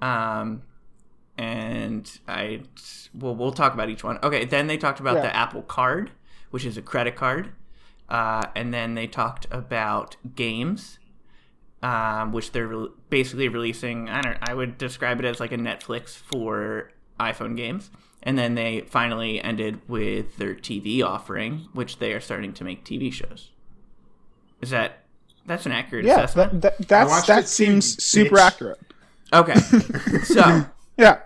[SPEAKER 3] Um, and I well, we'll talk about each one. Okay, then they talked about
[SPEAKER 4] Yeah.
[SPEAKER 3] the Apple Card, which is a credit card, uh, and then they talked about games, um, which they're re- basically releasing. I don't. I would describe it as like a Netflix for iPhone games. And then they finally ended with their TV offering, which they are starting to make TV shows. Is that that's an accurate
[SPEAKER 4] Yeah,
[SPEAKER 3] assessment?
[SPEAKER 4] that, that,
[SPEAKER 2] I watched
[SPEAKER 4] that's,
[SPEAKER 2] it
[SPEAKER 4] that
[SPEAKER 2] too,
[SPEAKER 4] seems
[SPEAKER 2] you
[SPEAKER 4] super
[SPEAKER 2] bitch.
[SPEAKER 4] accurate. *laughs*
[SPEAKER 3] Okay. so,
[SPEAKER 2] *laughs*
[SPEAKER 4] Yeah.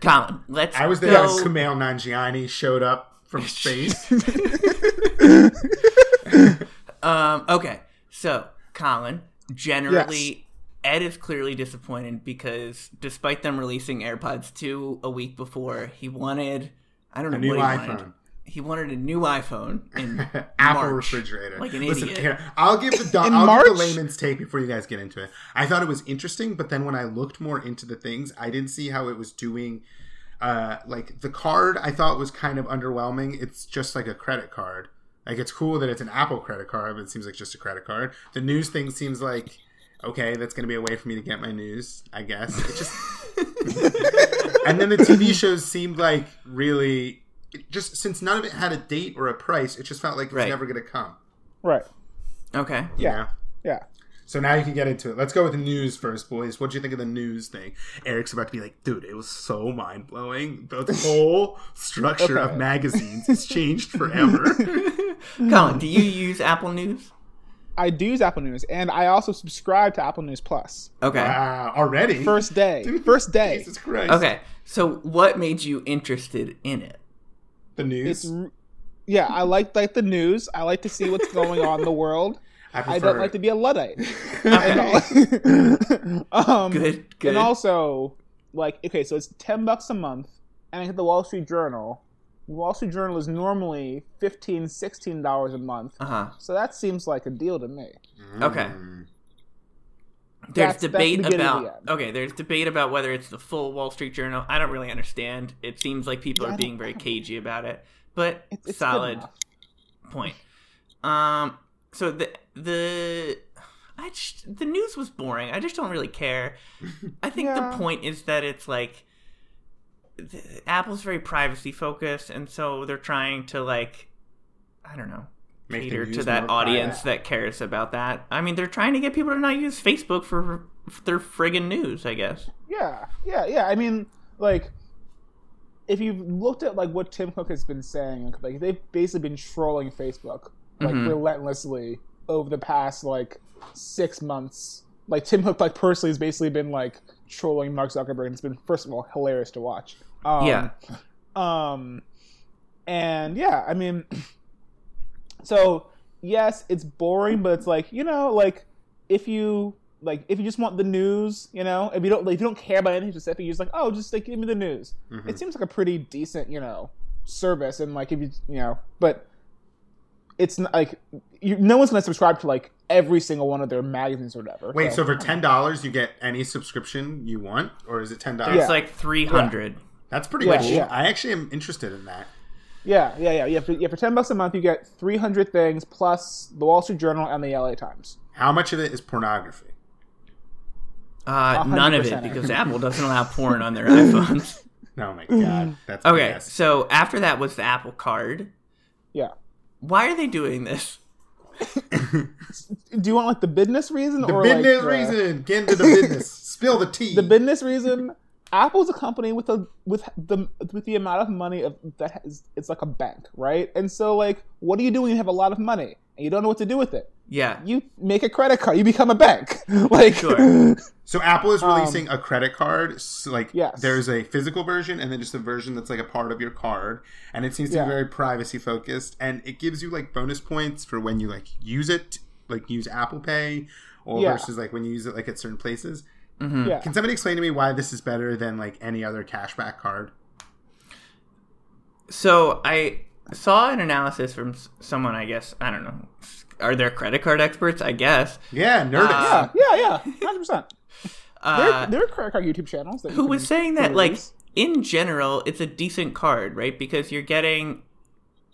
[SPEAKER 3] Colin, let's.
[SPEAKER 2] I was there
[SPEAKER 3] Go.
[SPEAKER 2] when Kumail Nanjiani showed up
[SPEAKER 3] *laughs*
[SPEAKER 2] from space.
[SPEAKER 3] Um, okay. So, Colin, generally, Ed is clearly disappointed because despite them releasing AirPods 2 a week before, he wanted. I don't know
[SPEAKER 2] A new
[SPEAKER 3] what he wanted.
[SPEAKER 2] iPhone.
[SPEAKER 3] He wanted a new iPhone
[SPEAKER 2] *laughs*
[SPEAKER 3] in
[SPEAKER 2] Apple
[SPEAKER 3] March,
[SPEAKER 2] refrigerator.
[SPEAKER 3] Like an
[SPEAKER 2] Listen,
[SPEAKER 3] idiot.
[SPEAKER 2] here, I'll give
[SPEAKER 3] *laughs*
[SPEAKER 2] the
[SPEAKER 4] In
[SPEAKER 2] I'll give
[SPEAKER 4] March?
[SPEAKER 2] the layman's take before you guys get into it. I thought it was interesting, but then when I looked more into the things, I didn't see how it was doing. Uh, like the card, I thought was kind of underwhelming. It's just like a credit card. Like it's cool that it's an Apple credit card, but it seems like just a credit card. The news thing seems like okay, that's going to be a way for me to get my news, I guess. It just
[SPEAKER 3] *laughs*
[SPEAKER 2] and then the TV shows seemed like really it just since none of it had a date or a price, it just felt like it's
[SPEAKER 3] Right.
[SPEAKER 2] never going to come.
[SPEAKER 4] Right.
[SPEAKER 3] Okay.
[SPEAKER 2] You
[SPEAKER 4] Yeah.
[SPEAKER 2] know?
[SPEAKER 4] Yeah.
[SPEAKER 2] So now you can get into it. Let's go with the news first, boys. What do you think of the news thing? Eric's about to be like, dude, it was so mind blowing. *laughs* The whole structure
[SPEAKER 4] Okay.
[SPEAKER 2] of magazines has changed forever. *laughs*
[SPEAKER 3] Colin, do you use Apple News?
[SPEAKER 4] I do use Apple News, and I also subscribe to Apple News Plus.
[SPEAKER 3] Okay.
[SPEAKER 2] wow, Uh, already.
[SPEAKER 4] First day. First
[SPEAKER 2] *laughs*
[SPEAKER 4] day.
[SPEAKER 2] Jesus Christ.
[SPEAKER 3] Okay. So, what made you interested in it?
[SPEAKER 2] The
[SPEAKER 4] It's
[SPEAKER 2] news.
[SPEAKER 4] r- yeah, I like like the news. I like to see what's going on in the world.
[SPEAKER 2] I, prefer
[SPEAKER 4] I don't like to be
[SPEAKER 3] *laughs*
[SPEAKER 4] a luddite. *laughs*
[SPEAKER 3] Okay.
[SPEAKER 4] um,
[SPEAKER 3] good. Good.
[SPEAKER 4] And also, like, okay, so it's ten bucks a month, and I get the Wall Street Journal. The Wall Street Journal is normally fifteen, sixteen dollars a month,
[SPEAKER 3] uh huh.
[SPEAKER 4] so that seems like a deal to me.
[SPEAKER 3] Okay.
[SPEAKER 2] Mm.
[SPEAKER 3] There's
[SPEAKER 4] That's- that's
[SPEAKER 3] debate
[SPEAKER 4] the beginning of
[SPEAKER 3] about
[SPEAKER 4] the
[SPEAKER 3] okay. There's debate about whether it's the full Wall Street Journal. I don't really understand. It seems like people
[SPEAKER 4] Yeah, I
[SPEAKER 3] are
[SPEAKER 4] don't-
[SPEAKER 3] being
[SPEAKER 4] I
[SPEAKER 3] very
[SPEAKER 4] don't-
[SPEAKER 3] cagey about it, but
[SPEAKER 4] It's, it's good
[SPEAKER 3] solid
[SPEAKER 4] enough.
[SPEAKER 3] point. Um, so the the I just, the news was boring. I just don't really care. I think
[SPEAKER 4] Yeah.
[SPEAKER 3] the point is that it's like the, Apple's very privacy focused, and so they're trying to like I don't know
[SPEAKER 2] Make the
[SPEAKER 3] cater to
[SPEAKER 2] news
[SPEAKER 3] that
[SPEAKER 2] more
[SPEAKER 3] audience
[SPEAKER 2] biased.
[SPEAKER 3] that cares about that. I mean, they're trying to get people to not use Facebook for f- their friggin' news, I guess.
[SPEAKER 4] Yeah, yeah, yeah. I mean, like, if you've looked at like what Tim Cook has been saying, like they've basically been trolling Facebook like
[SPEAKER 3] Mhm.
[SPEAKER 4] relentlessly over the past like six months. Like Tim Cook, like personally, has basically been like trolling Mark Zuckerberg, and it's been first of all hilarious to watch. Um,
[SPEAKER 3] Yeah.
[SPEAKER 4] Um, and yeah, I mean, *clears throat* so yes, it's boring, but it's like you know, like if you like if you just want the news, you know, if you don't like, if you don't care about anything specific, you're just like, oh, just like give me the news.
[SPEAKER 2] Mhm.
[SPEAKER 4] It seems like a pretty decent, you know, service, and like if you you know, but it's not, like you, no one's gonna subscribe to like every single one of their magazines or whatever.
[SPEAKER 2] Wait, so for ten dollars you get any subscription you want, or is it ten dollars?
[SPEAKER 3] It's
[SPEAKER 4] Yeah.
[SPEAKER 3] like 300.
[SPEAKER 2] That's pretty
[SPEAKER 4] Yeah,
[SPEAKER 2] cool.
[SPEAKER 4] yeah.
[SPEAKER 2] I actually am interested in that.
[SPEAKER 4] yeah, yeah, yeah, yeah. For, yeah, for ten bucks a month, you get three hundred things plus the Wall Street Journal and the LA Times.
[SPEAKER 2] How much of it is pornography?
[SPEAKER 3] Uh, none of
[SPEAKER 4] 100%.
[SPEAKER 3] it because Apple doesn't
[SPEAKER 4] *laughs*
[SPEAKER 3] allow porn on their iPhones.
[SPEAKER 2] Oh my *laughs* god, that's
[SPEAKER 3] Okay,
[SPEAKER 2] BS.
[SPEAKER 3] so after that was the Apple Card.
[SPEAKER 4] Yeah.
[SPEAKER 3] Why are they doing this?
[SPEAKER 4] Do you want like the business reason
[SPEAKER 2] The
[SPEAKER 4] or
[SPEAKER 2] business
[SPEAKER 4] like, the-
[SPEAKER 2] reason. Get into the business. Spill the tea.
[SPEAKER 4] the business reason apple's a company with a with the with the amount of money of that has, it's like a bank right and so like what do you do when you have a lot of money and you don't know what to do with it
[SPEAKER 3] Yeah.
[SPEAKER 4] you make a credit card you become a bank *laughs* like
[SPEAKER 3] Sure.
[SPEAKER 2] so Apple is releasing a credit card. So like
[SPEAKER 4] Um, Yes.
[SPEAKER 2] there's a physical version and then just a version that's like a part of your card. And it seems to
[SPEAKER 4] Yeah.
[SPEAKER 2] be very privacy focused. And it gives you like bonus points for when you like use it, like use Apple Pay, or
[SPEAKER 4] Yeah.
[SPEAKER 2] versus like when you use it like at certain places.
[SPEAKER 3] hmm
[SPEAKER 4] yeah
[SPEAKER 2] Can somebody explain to me why this is better than like any other cashback card?
[SPEAKER 3] So I saw an analysis from s- someone. I guess I don't know. Are there credit card experts? I guess.
[SPEAKER 2] Yeah, Nerdist.
[SPEAKER 4] Yeah, yeah, yeah, hundred percent.
[SPEAKER 3] Uh,
[SPEAKER 4] There there are credit card YouTube channels. That
[SPEAKER 3] who was saying that like
[SPEAKER 4] release.
[SPEAKER 3] in general it's a decent card right because you're getting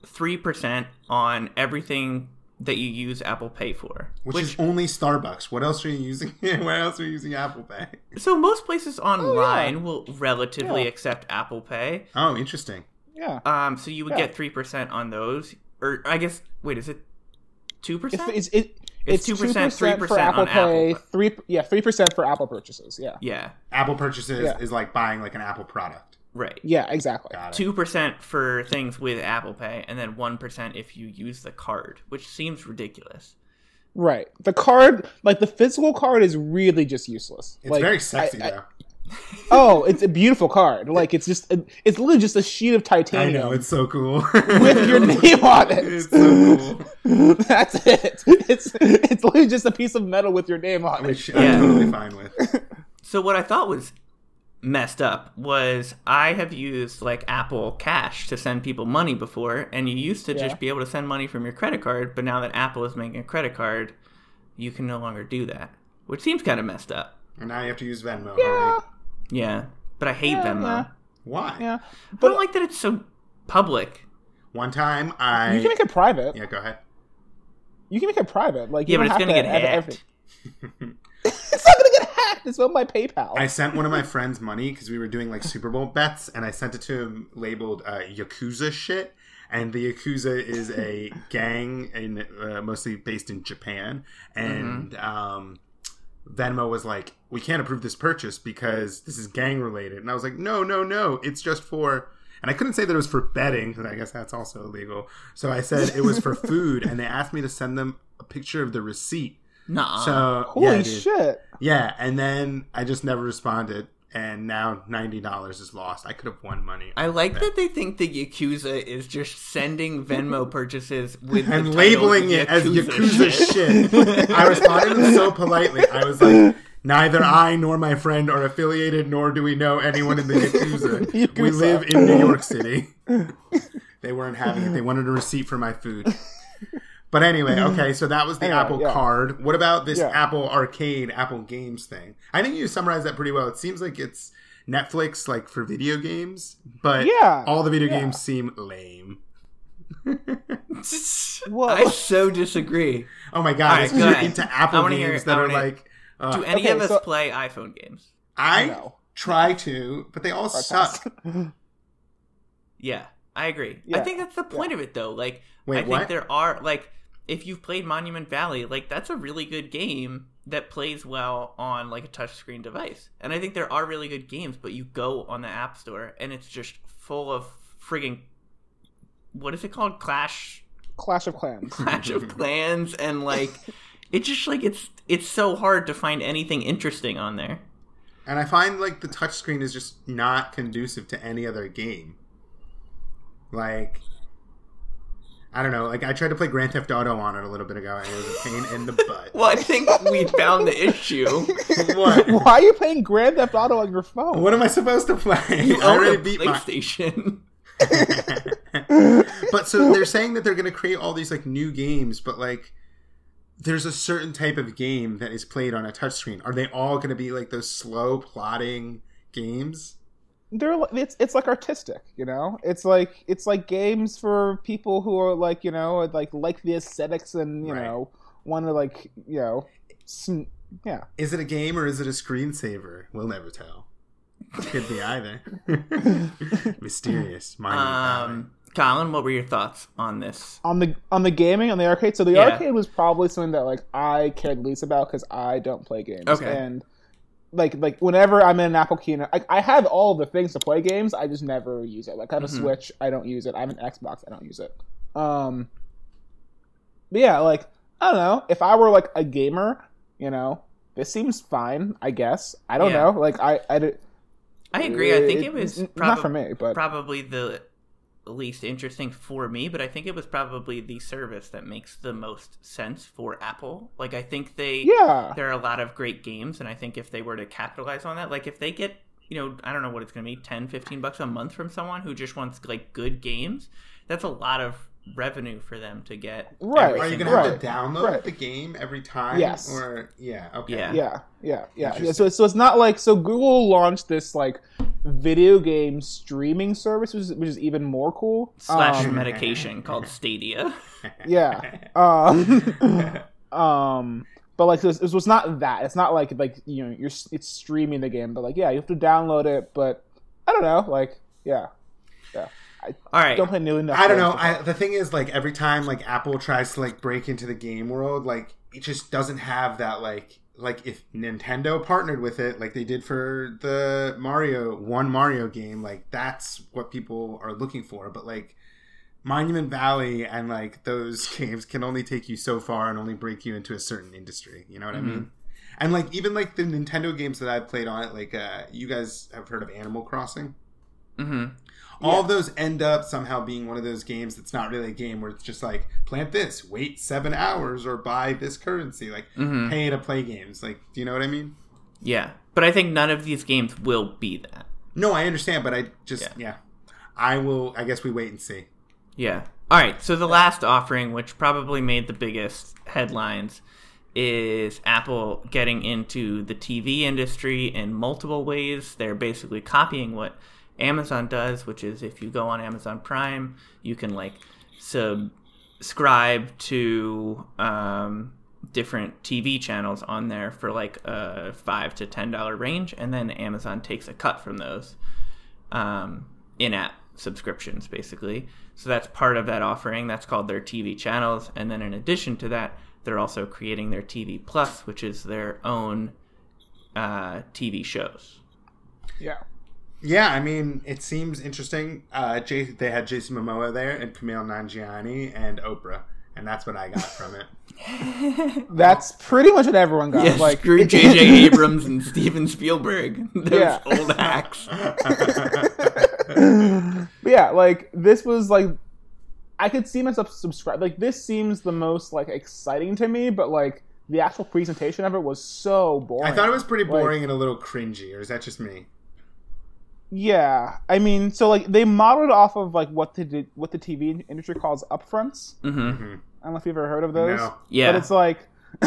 [SPEAKER 3] 3% on everything that you use apple pay for
[SPEAKER 2] which, is only Starbucks. What else are you using? *laughs* Where else are you using Apple Pay?
[SPEAKER 3] so most places online will relatively
[SPEAKER 4] Oh, Yeah.
[SPEAKER 3] accept apple pay
[SPEAKER 2] Oh, interesting.
[SPEAKER 4] Yeah,
[SPEAKER 3] um, so you would
[SPEAKER 4] Yeah.
[SPEAKER 3] get 3% on those or i guess wait is it 2%
[SPEAKER 4] it's it's it,
[SPEAKER 3] It's
[SPEAKER 4] it's
[SPEAKER 3] 2%,
[SPEAKER 4] 2%,
[SPEAKER 3] 3%
[SPEAKER 4] for Apple
[SPEAKER 3] on
[SPEAKER 4] Pay.
[SPEAKER 3] Apple.
[SPEAKER 4] Three yeah, three percent for Apple purchases. Yeah,
[SPEAKER 3] yeah
[SPEAKER 2] Apple purchases
[SPEAKER 4] Yeah.
[SPEAKER 2] is like buying like an Apple product.
[SPEAKER 3] right
[SPEAKER 4] yeah, exactly.
[SPEAKER 2] Got it.
[SPEAKER 3] 2% for things with apple pay and then 1% if you use the card which seems ridiculous
[SPEAKER 4] Right. The card, like the physical card, is really just useless.
[SPEAKER 2] It's
[SPEAKER 4] Like,
[SPEAKER 2] very sexy
[SPEAKER 4] I- I-
[SPEAKER 2] though.
[SPEAKER 4] oh, it's a beautiful card. Like it's just, it's literally just a sheet of
[SPEAKER 2] I
[SPEAKER 4] titanium
[SPEAKER 2] know it's so cool.
[SPEAKER 4] *laughs*
[SPEAKER 2] *laughs*
[SPEAKER 4] with your name on it.
[SPEAKER 2] it's so cool.
[SPEAKER 4] *laughs* That's it. It's it's literally just a piece of metal with your name on it.
[SPEAKER 2] Which I'm totally fine with.
[SPEAKER 3] So what I thought was messed up was I have used like Apple Cash to send people money before, and you used to
[SPEAKER 4] Yeah.
[SPEAKER 3] just be able to send money from your credit card, but now that Apple is making a credit card, you can no longer do that, which seems kind of messed up.
[SPEAKER 2] And now you have to use Venmo.
[SPEAKER 4] Yeah,
[SPEAKER 2] homie.
[SPEAKER 3] Yeah, but I hate
[SPEAKER 4] Yeah,
[SPEAKER 3] Venmo.
[SPEAKER 4] yeah.
[SPEAKER 2] Why?
[SPEAKER 4] yeah.
[SPEAKER 3] I don't like that it's so public.
[SPEAKER 2] One time I.
[SPEAKER 4] You can make it private.
[SPEAKER 2] yeah, go ahead.
[SPEAKER 4] You can make it private. Like
[SPEAKER 3] Yeah,
[SPEAKER 4] you
[SPEAKER 3] but
[SPEAKER 4] don't
[SPEAKER 3] it's
[SPEAKER 4] have
[SPEAKER 3] gonna get
[SPEAKER 4] to have
[SPEAKER 3] hacked.
[SPEAKER 4] every- It's not gonna get hacked. It's on my PayPal.
[SPEAKER 2] I sent one of my friends money because we were doing like Super Bowl bets, and I sent it to him labeled uh, Yakuza shit. And the Yakuza is a gang, in, uh, mostly based in Japan. And um, Venmo was like, "We can't approve this purchase because this is gang related." And I was like, "No, no, no! It's just for." And I couldn't say that it was for betting because I guess that's also illegal. So I said it was for food, and they asked me to send them a picture of the receipt.
[SPEAKER 3] Nuh-uh.
[SPEAKER 2] So
[SPEAKER 4] Holy
[SPEAKER 2] yeah, dude.
[SPEAKER 4] shit!
[SPEAKER 2] Yeah, and then I just never responded, and now ninety dollars is lost. I could have won money.
[SPEAKER 3] I like that they think the Yakuza is just sending Venmo purchases
[SPEAKER 2] *laughs*
[SPEAKER 3] with the
[SPEAKER 2] I'm
[SPEAKER 3] title
[SPEAKER 2] labeling it as Yakuza shit. I responded to them so politely. I was like, neither I nor my friend are affiliated, nor do we know anyone in the Yakuza. We
[SPEAKER 4] Yakuza.
[SPEAKER 2] live in New York City. they weren't having it. They wanted a receipt for my food. But anyway, okay, so that was the
[SPEAKER 4] Anyway,
[SPEAKER 2] Apple
[SPEAKER 4] yeah.
[SPEAKER 2] card. What about this
[SPEAKER 4] Yeah.
[SPEAKER 2] Apple Arcade, Apple Games thing? I think you summarized that pretty well. It seems like it's Netflix like for video games, but
[SPEAKER 4] Yeah,
[SPEAKER 2] all the video
[SPEAKER 4] yeah.
[SPEAKER 2] games seem lame.
[SPEAKER 3] *laughs*
[SPEAKER 4] Whoa.
[SPEAKER 3] I so disagree.
[SPEAKER 2] Oh my god,
[SPEAKER 3] right,
[SPEAKER 2] it's
[SPEAKER 3] go
[SPEAKER 2] 'cause you're
[SPEAKER 3] ahead.
[SPEAKER 2] into
[SPEAKER 3] I
[SPEAKER 2] Apple
[SPEAKER 3] wanna
[SPEAKER 2] games
[SPEAKER 3] hear it.
[SPEAKER 2] that
[SPEAKER 3] I
[SPEAKER 2] are
[SPEAKER 3] wanna hear it.
[SPEAKER 2] like. uh,
[SPEAKER 3] Do any
[SPEAKER 4] Okay,
[SPEAKER 3] of us
[SPEAKER 4] so-
[SPEAKER 3] play iPhone games?
[SPEAKER 2] I
[SPEAKER 4] No.
[SPEAKER 2] try to, but they all suck.
[SPEAKER 3] Yeah, I agree. I
[SPEAKER 4] Yeah,
[SPEAKER 3] think that's the point of it, though. Like,
[SPEAKER 2] Wait,
[SPEAKER 3] I think
[SPEAKER 2] what?
[SPEAKER 3] there are like, if you've played Monument Valley, like that's a really good game that plays well on like a touchscreen device. And I think there are really good games, but you go on the App Store and it's just full of friggin' what is it called? Clash,
[SPEAKER 4] *laughs*
[SPEAKER 3] *laughs*
[SPEAKER 4] Clash of Clans. *laughs*
[SPEAKER 3] Clash of Clans, and like, it's just like it's it's so hard to find anything interesting on there.
[SPEAKER 2] And I find like the touchscreen is just not conducive to any other game. Like, I don't know. Like, I tried to play Grand Theft Auto on it a little bit ago, and it was a pain
[SPEAKER 3] *laughs*
[SPEAKER 2] in the butt.
[SPEAKER 3] Well, I think we found the
[SPEAKER 4] *laughs*
[SPEAKER 3] issue.
[SPEAKER 2] What?
[SPEAKER 4] Why are you playing Grand Theft Auto on your phone?
[SPEAKER 2] What am I supposed to play?
[SPEAKER 3] You
[SPEAKER 2] I already
[SPEAKER 3] own a
[SPEAKER 2] beat my.
[SPEAKER 3] PlayStation.
[SPEAKER 2] *laughs* but so they're saying that they're going to create all these like new games, but like there's a certain type of game that is played on a touchscreen. Are they all going to be like those slow plotting games?
[SPEAKER 4] They're li- it's it's like artistic, you know. It's like it's like games for people who are like you know like like the aesthetics and you
[SPEAKER 2] Right.
[SPEAKER 4] know want to like you know. Sn- yeah,
[SPEAKER 2] Is it a game or is it a screensaver? We'll never tell. Could be
[SPEAKER 4] *laughs*
[SPEAKER 2] either. Mysterious. Mind
[SPEAKER 3] Um, Colin, what were your thoughts on this?
[SPEAKER 4] on the on the gaming on the arcade. So the
[SPEAKER 3] Yeah.
[SPEAKER 4] arcade was probably something that like I cared least about because I don't play games.
[SPEAKER 3] Okay.
[SPEAKER 4] And like like whenever I'm in an Apple keynote, I, I have all the things to play games. I just never use it. Like I have
[SPEAKER 3] Mhm.
[SPEAKER 4] a Switch, I don't use it. I have an Xbox, I don't use it. Um. But yeah, like I don't know. If I were like a gamer, you know, this seems fine. I guess I don't
[SPEAKER 3] Yeah.
[SPEAKER 4] know. Like I I. d-
[SPEAKER 3] I agree. I think it was
[SPEAKER 4] Uh, n-
[SPEAKER 3] probab-
[SPEAKER 4] not for me, but
[SPEAKER 3] probably the least interesting for me, but I think it was probably the service that makes the most sense for Apple. Like, I think they
[SPEAKER 4] yeah,
[SPEAKER 3] there are a lot of great games, and I think if they were to capitalize on that, like if they get you know, I don't know what it's going to be, 10, 15 bucks a month from someone who just wants like good games, that's a lot of revenue for them to get.
[SPEAKER 4] Right.
[SPEAKER 3] every
[SPEAKER 2] Are you
[SPEAKER 3] single
[SPEAKER 2] gonna
[SPEAKER 4] Right,
[SPEAKER 2] have to download
[SPEAKER 4] right.
[SPEAKER 2] the game every time?
[SPEAKER 4] Yes.
[SPEAKER 2] Or yeah, okay.
[SPEAKER 3] Yeah.
[SPEAKER 4] yeah, yeah, yeah.
[SPEAKER 2] Interesting.
[SPEAKER 4] So, so it's not like so Google launched this like video game streaming service, which is, which is even more cool.
[SPEAKER 3] slash
[SPEAKER 4] Um,
[SPEAKER 3] medication called Stadia.
[SPEAKER 4] yeah. Um, um, but like, so it's, so it's not that. It's not like like you know, you're s- it's streaming the game, but like, yeah, you have to download it. But I don't know, like, yeah,
[SPEAKER 3] All right.
[SPEAKER 4] don't play new enough.
[SPEAKER 2] I don't
[SPEAKER 4] games.
[SPEAKER 2] know. I, the thing is, like every time like Apple tries to like break into the game world, like it just doesn't have that like like if Nintendo partnered with it, like they did for the Mario one Mario game, like that's what people are looking for. But like Monument Valley and like those *laughs* games can only take you so far and only break you into a certain industry. You know what I mean? And like even like the Nintendo games that I've played on it, like uh, you guys have heard of Animal Crossing.
[SPEAKER 3] hmm
[SPEAKER 2] All of those end up somehow being one of those games that's not really a game where it's just like plant this, wait seven hours, or buy this currency, like
[SPEAKER 3] Mhm.
[SPEAKER 2] pay to play games. Like, do you know what I mean?
[SPEAKER 3] Yeah. But I think none of these games will be that.
[SPEAKER 2] No, I understand, but I just
[SPEAKER 3] Yeah.
[SPEAKER 2] yeah. I will. I guess we wait and see.
[SPEAKER 3] Yeah. All right. So the last offering, which probably made the biggest headlines, is Apple getting into the TV industry in multiple ways. They're basically copying what Amazon does, which is if you go on Amazon Prime, you can like subscribe to um, different TV channels on there for like a five to ten dollar range, and then Amazon takes a cut from those um, in-app subscriptions, basically. So that's part of that offering. That's called their TV channels, and then in addition to that, they're also creating their TV Plus, which is their own uh, TV shows.
[SPEAKER 4] Yeah,
[SPEAKER 2] Yeah, I mean, it seems interesting. Uh, Jay, they had Jason Momoa there and Kumail Nanjiani and Oprah, and that's what I got from it.
[SPEAKER 4] that's pretty much what everyone got.
[SPEAKER 3] Yeah,
[SPEAKER 4] like,
[SPEAKER 3] screw J.J.
[SPEAKER 4] *laughs*
[SPEAKER 3] Abrams and Steven Spielberg. *laughs* Those
[SPEAKER 4] Yeah.
[SPEAKER 3] old *laughs* hacks.
[SPEAKER 4] But yeah, like this was like I could see myself subscribe. Like this seems the most like exciting to me, but like the actual presentation of it was so boring.
[SPEAKER 2] I thought it was pretty
[SPEAKER 4] Like-
[SPEAKER 2] boring and a little cringy, or is that just me?
[SPEAKER 4] Yeah, I mean, so like they modeled off of like what the what the TV industry calls upfronts.
[SPEAKER 3] hmm
[SPEAKER 4] I don't know if you've ever heard of those.
[SPEAKER 2] No.
[SPEAKER 3] Yeah.
[SPEAKER 4] But it's like,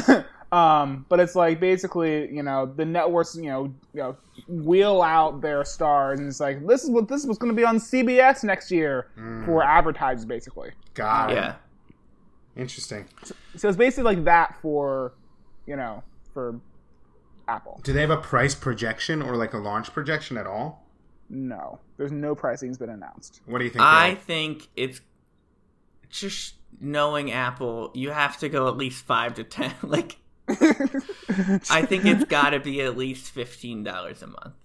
[SPEAKER 4] *laughs* um, but it's like basically, you know, the networks, you know, you know, wheel out their stars, and it's like this is what this is what's going to be on CBS next year
[SPEAKER 2] Mm.
[SPEAKER 4] for
[SPEAKER 2] Hmm.
[SPEAKER 4] advertisers, basically.
[SPEAKER 2] God,
[SPEAKER 3] yeah.
[SPEAKER 2] interesting.
[SPEAKER 4] So it's basically like that for, you know, for Apple.
[SPEAKER 2] Do they have a price projection or like a launch projection at all?
[SPEAKER 4] No, there's no pricing's been announced. *laughs*
[SPEAKER 2] What do you think?
[SPEAKER 3] I
[SPEAKER 2] Dave?
[SPEAKER 3] think it's just knowing Apple, you have to go at least five to ten. *laughs* Like, I think it's got to be at least fifteen dollars a month,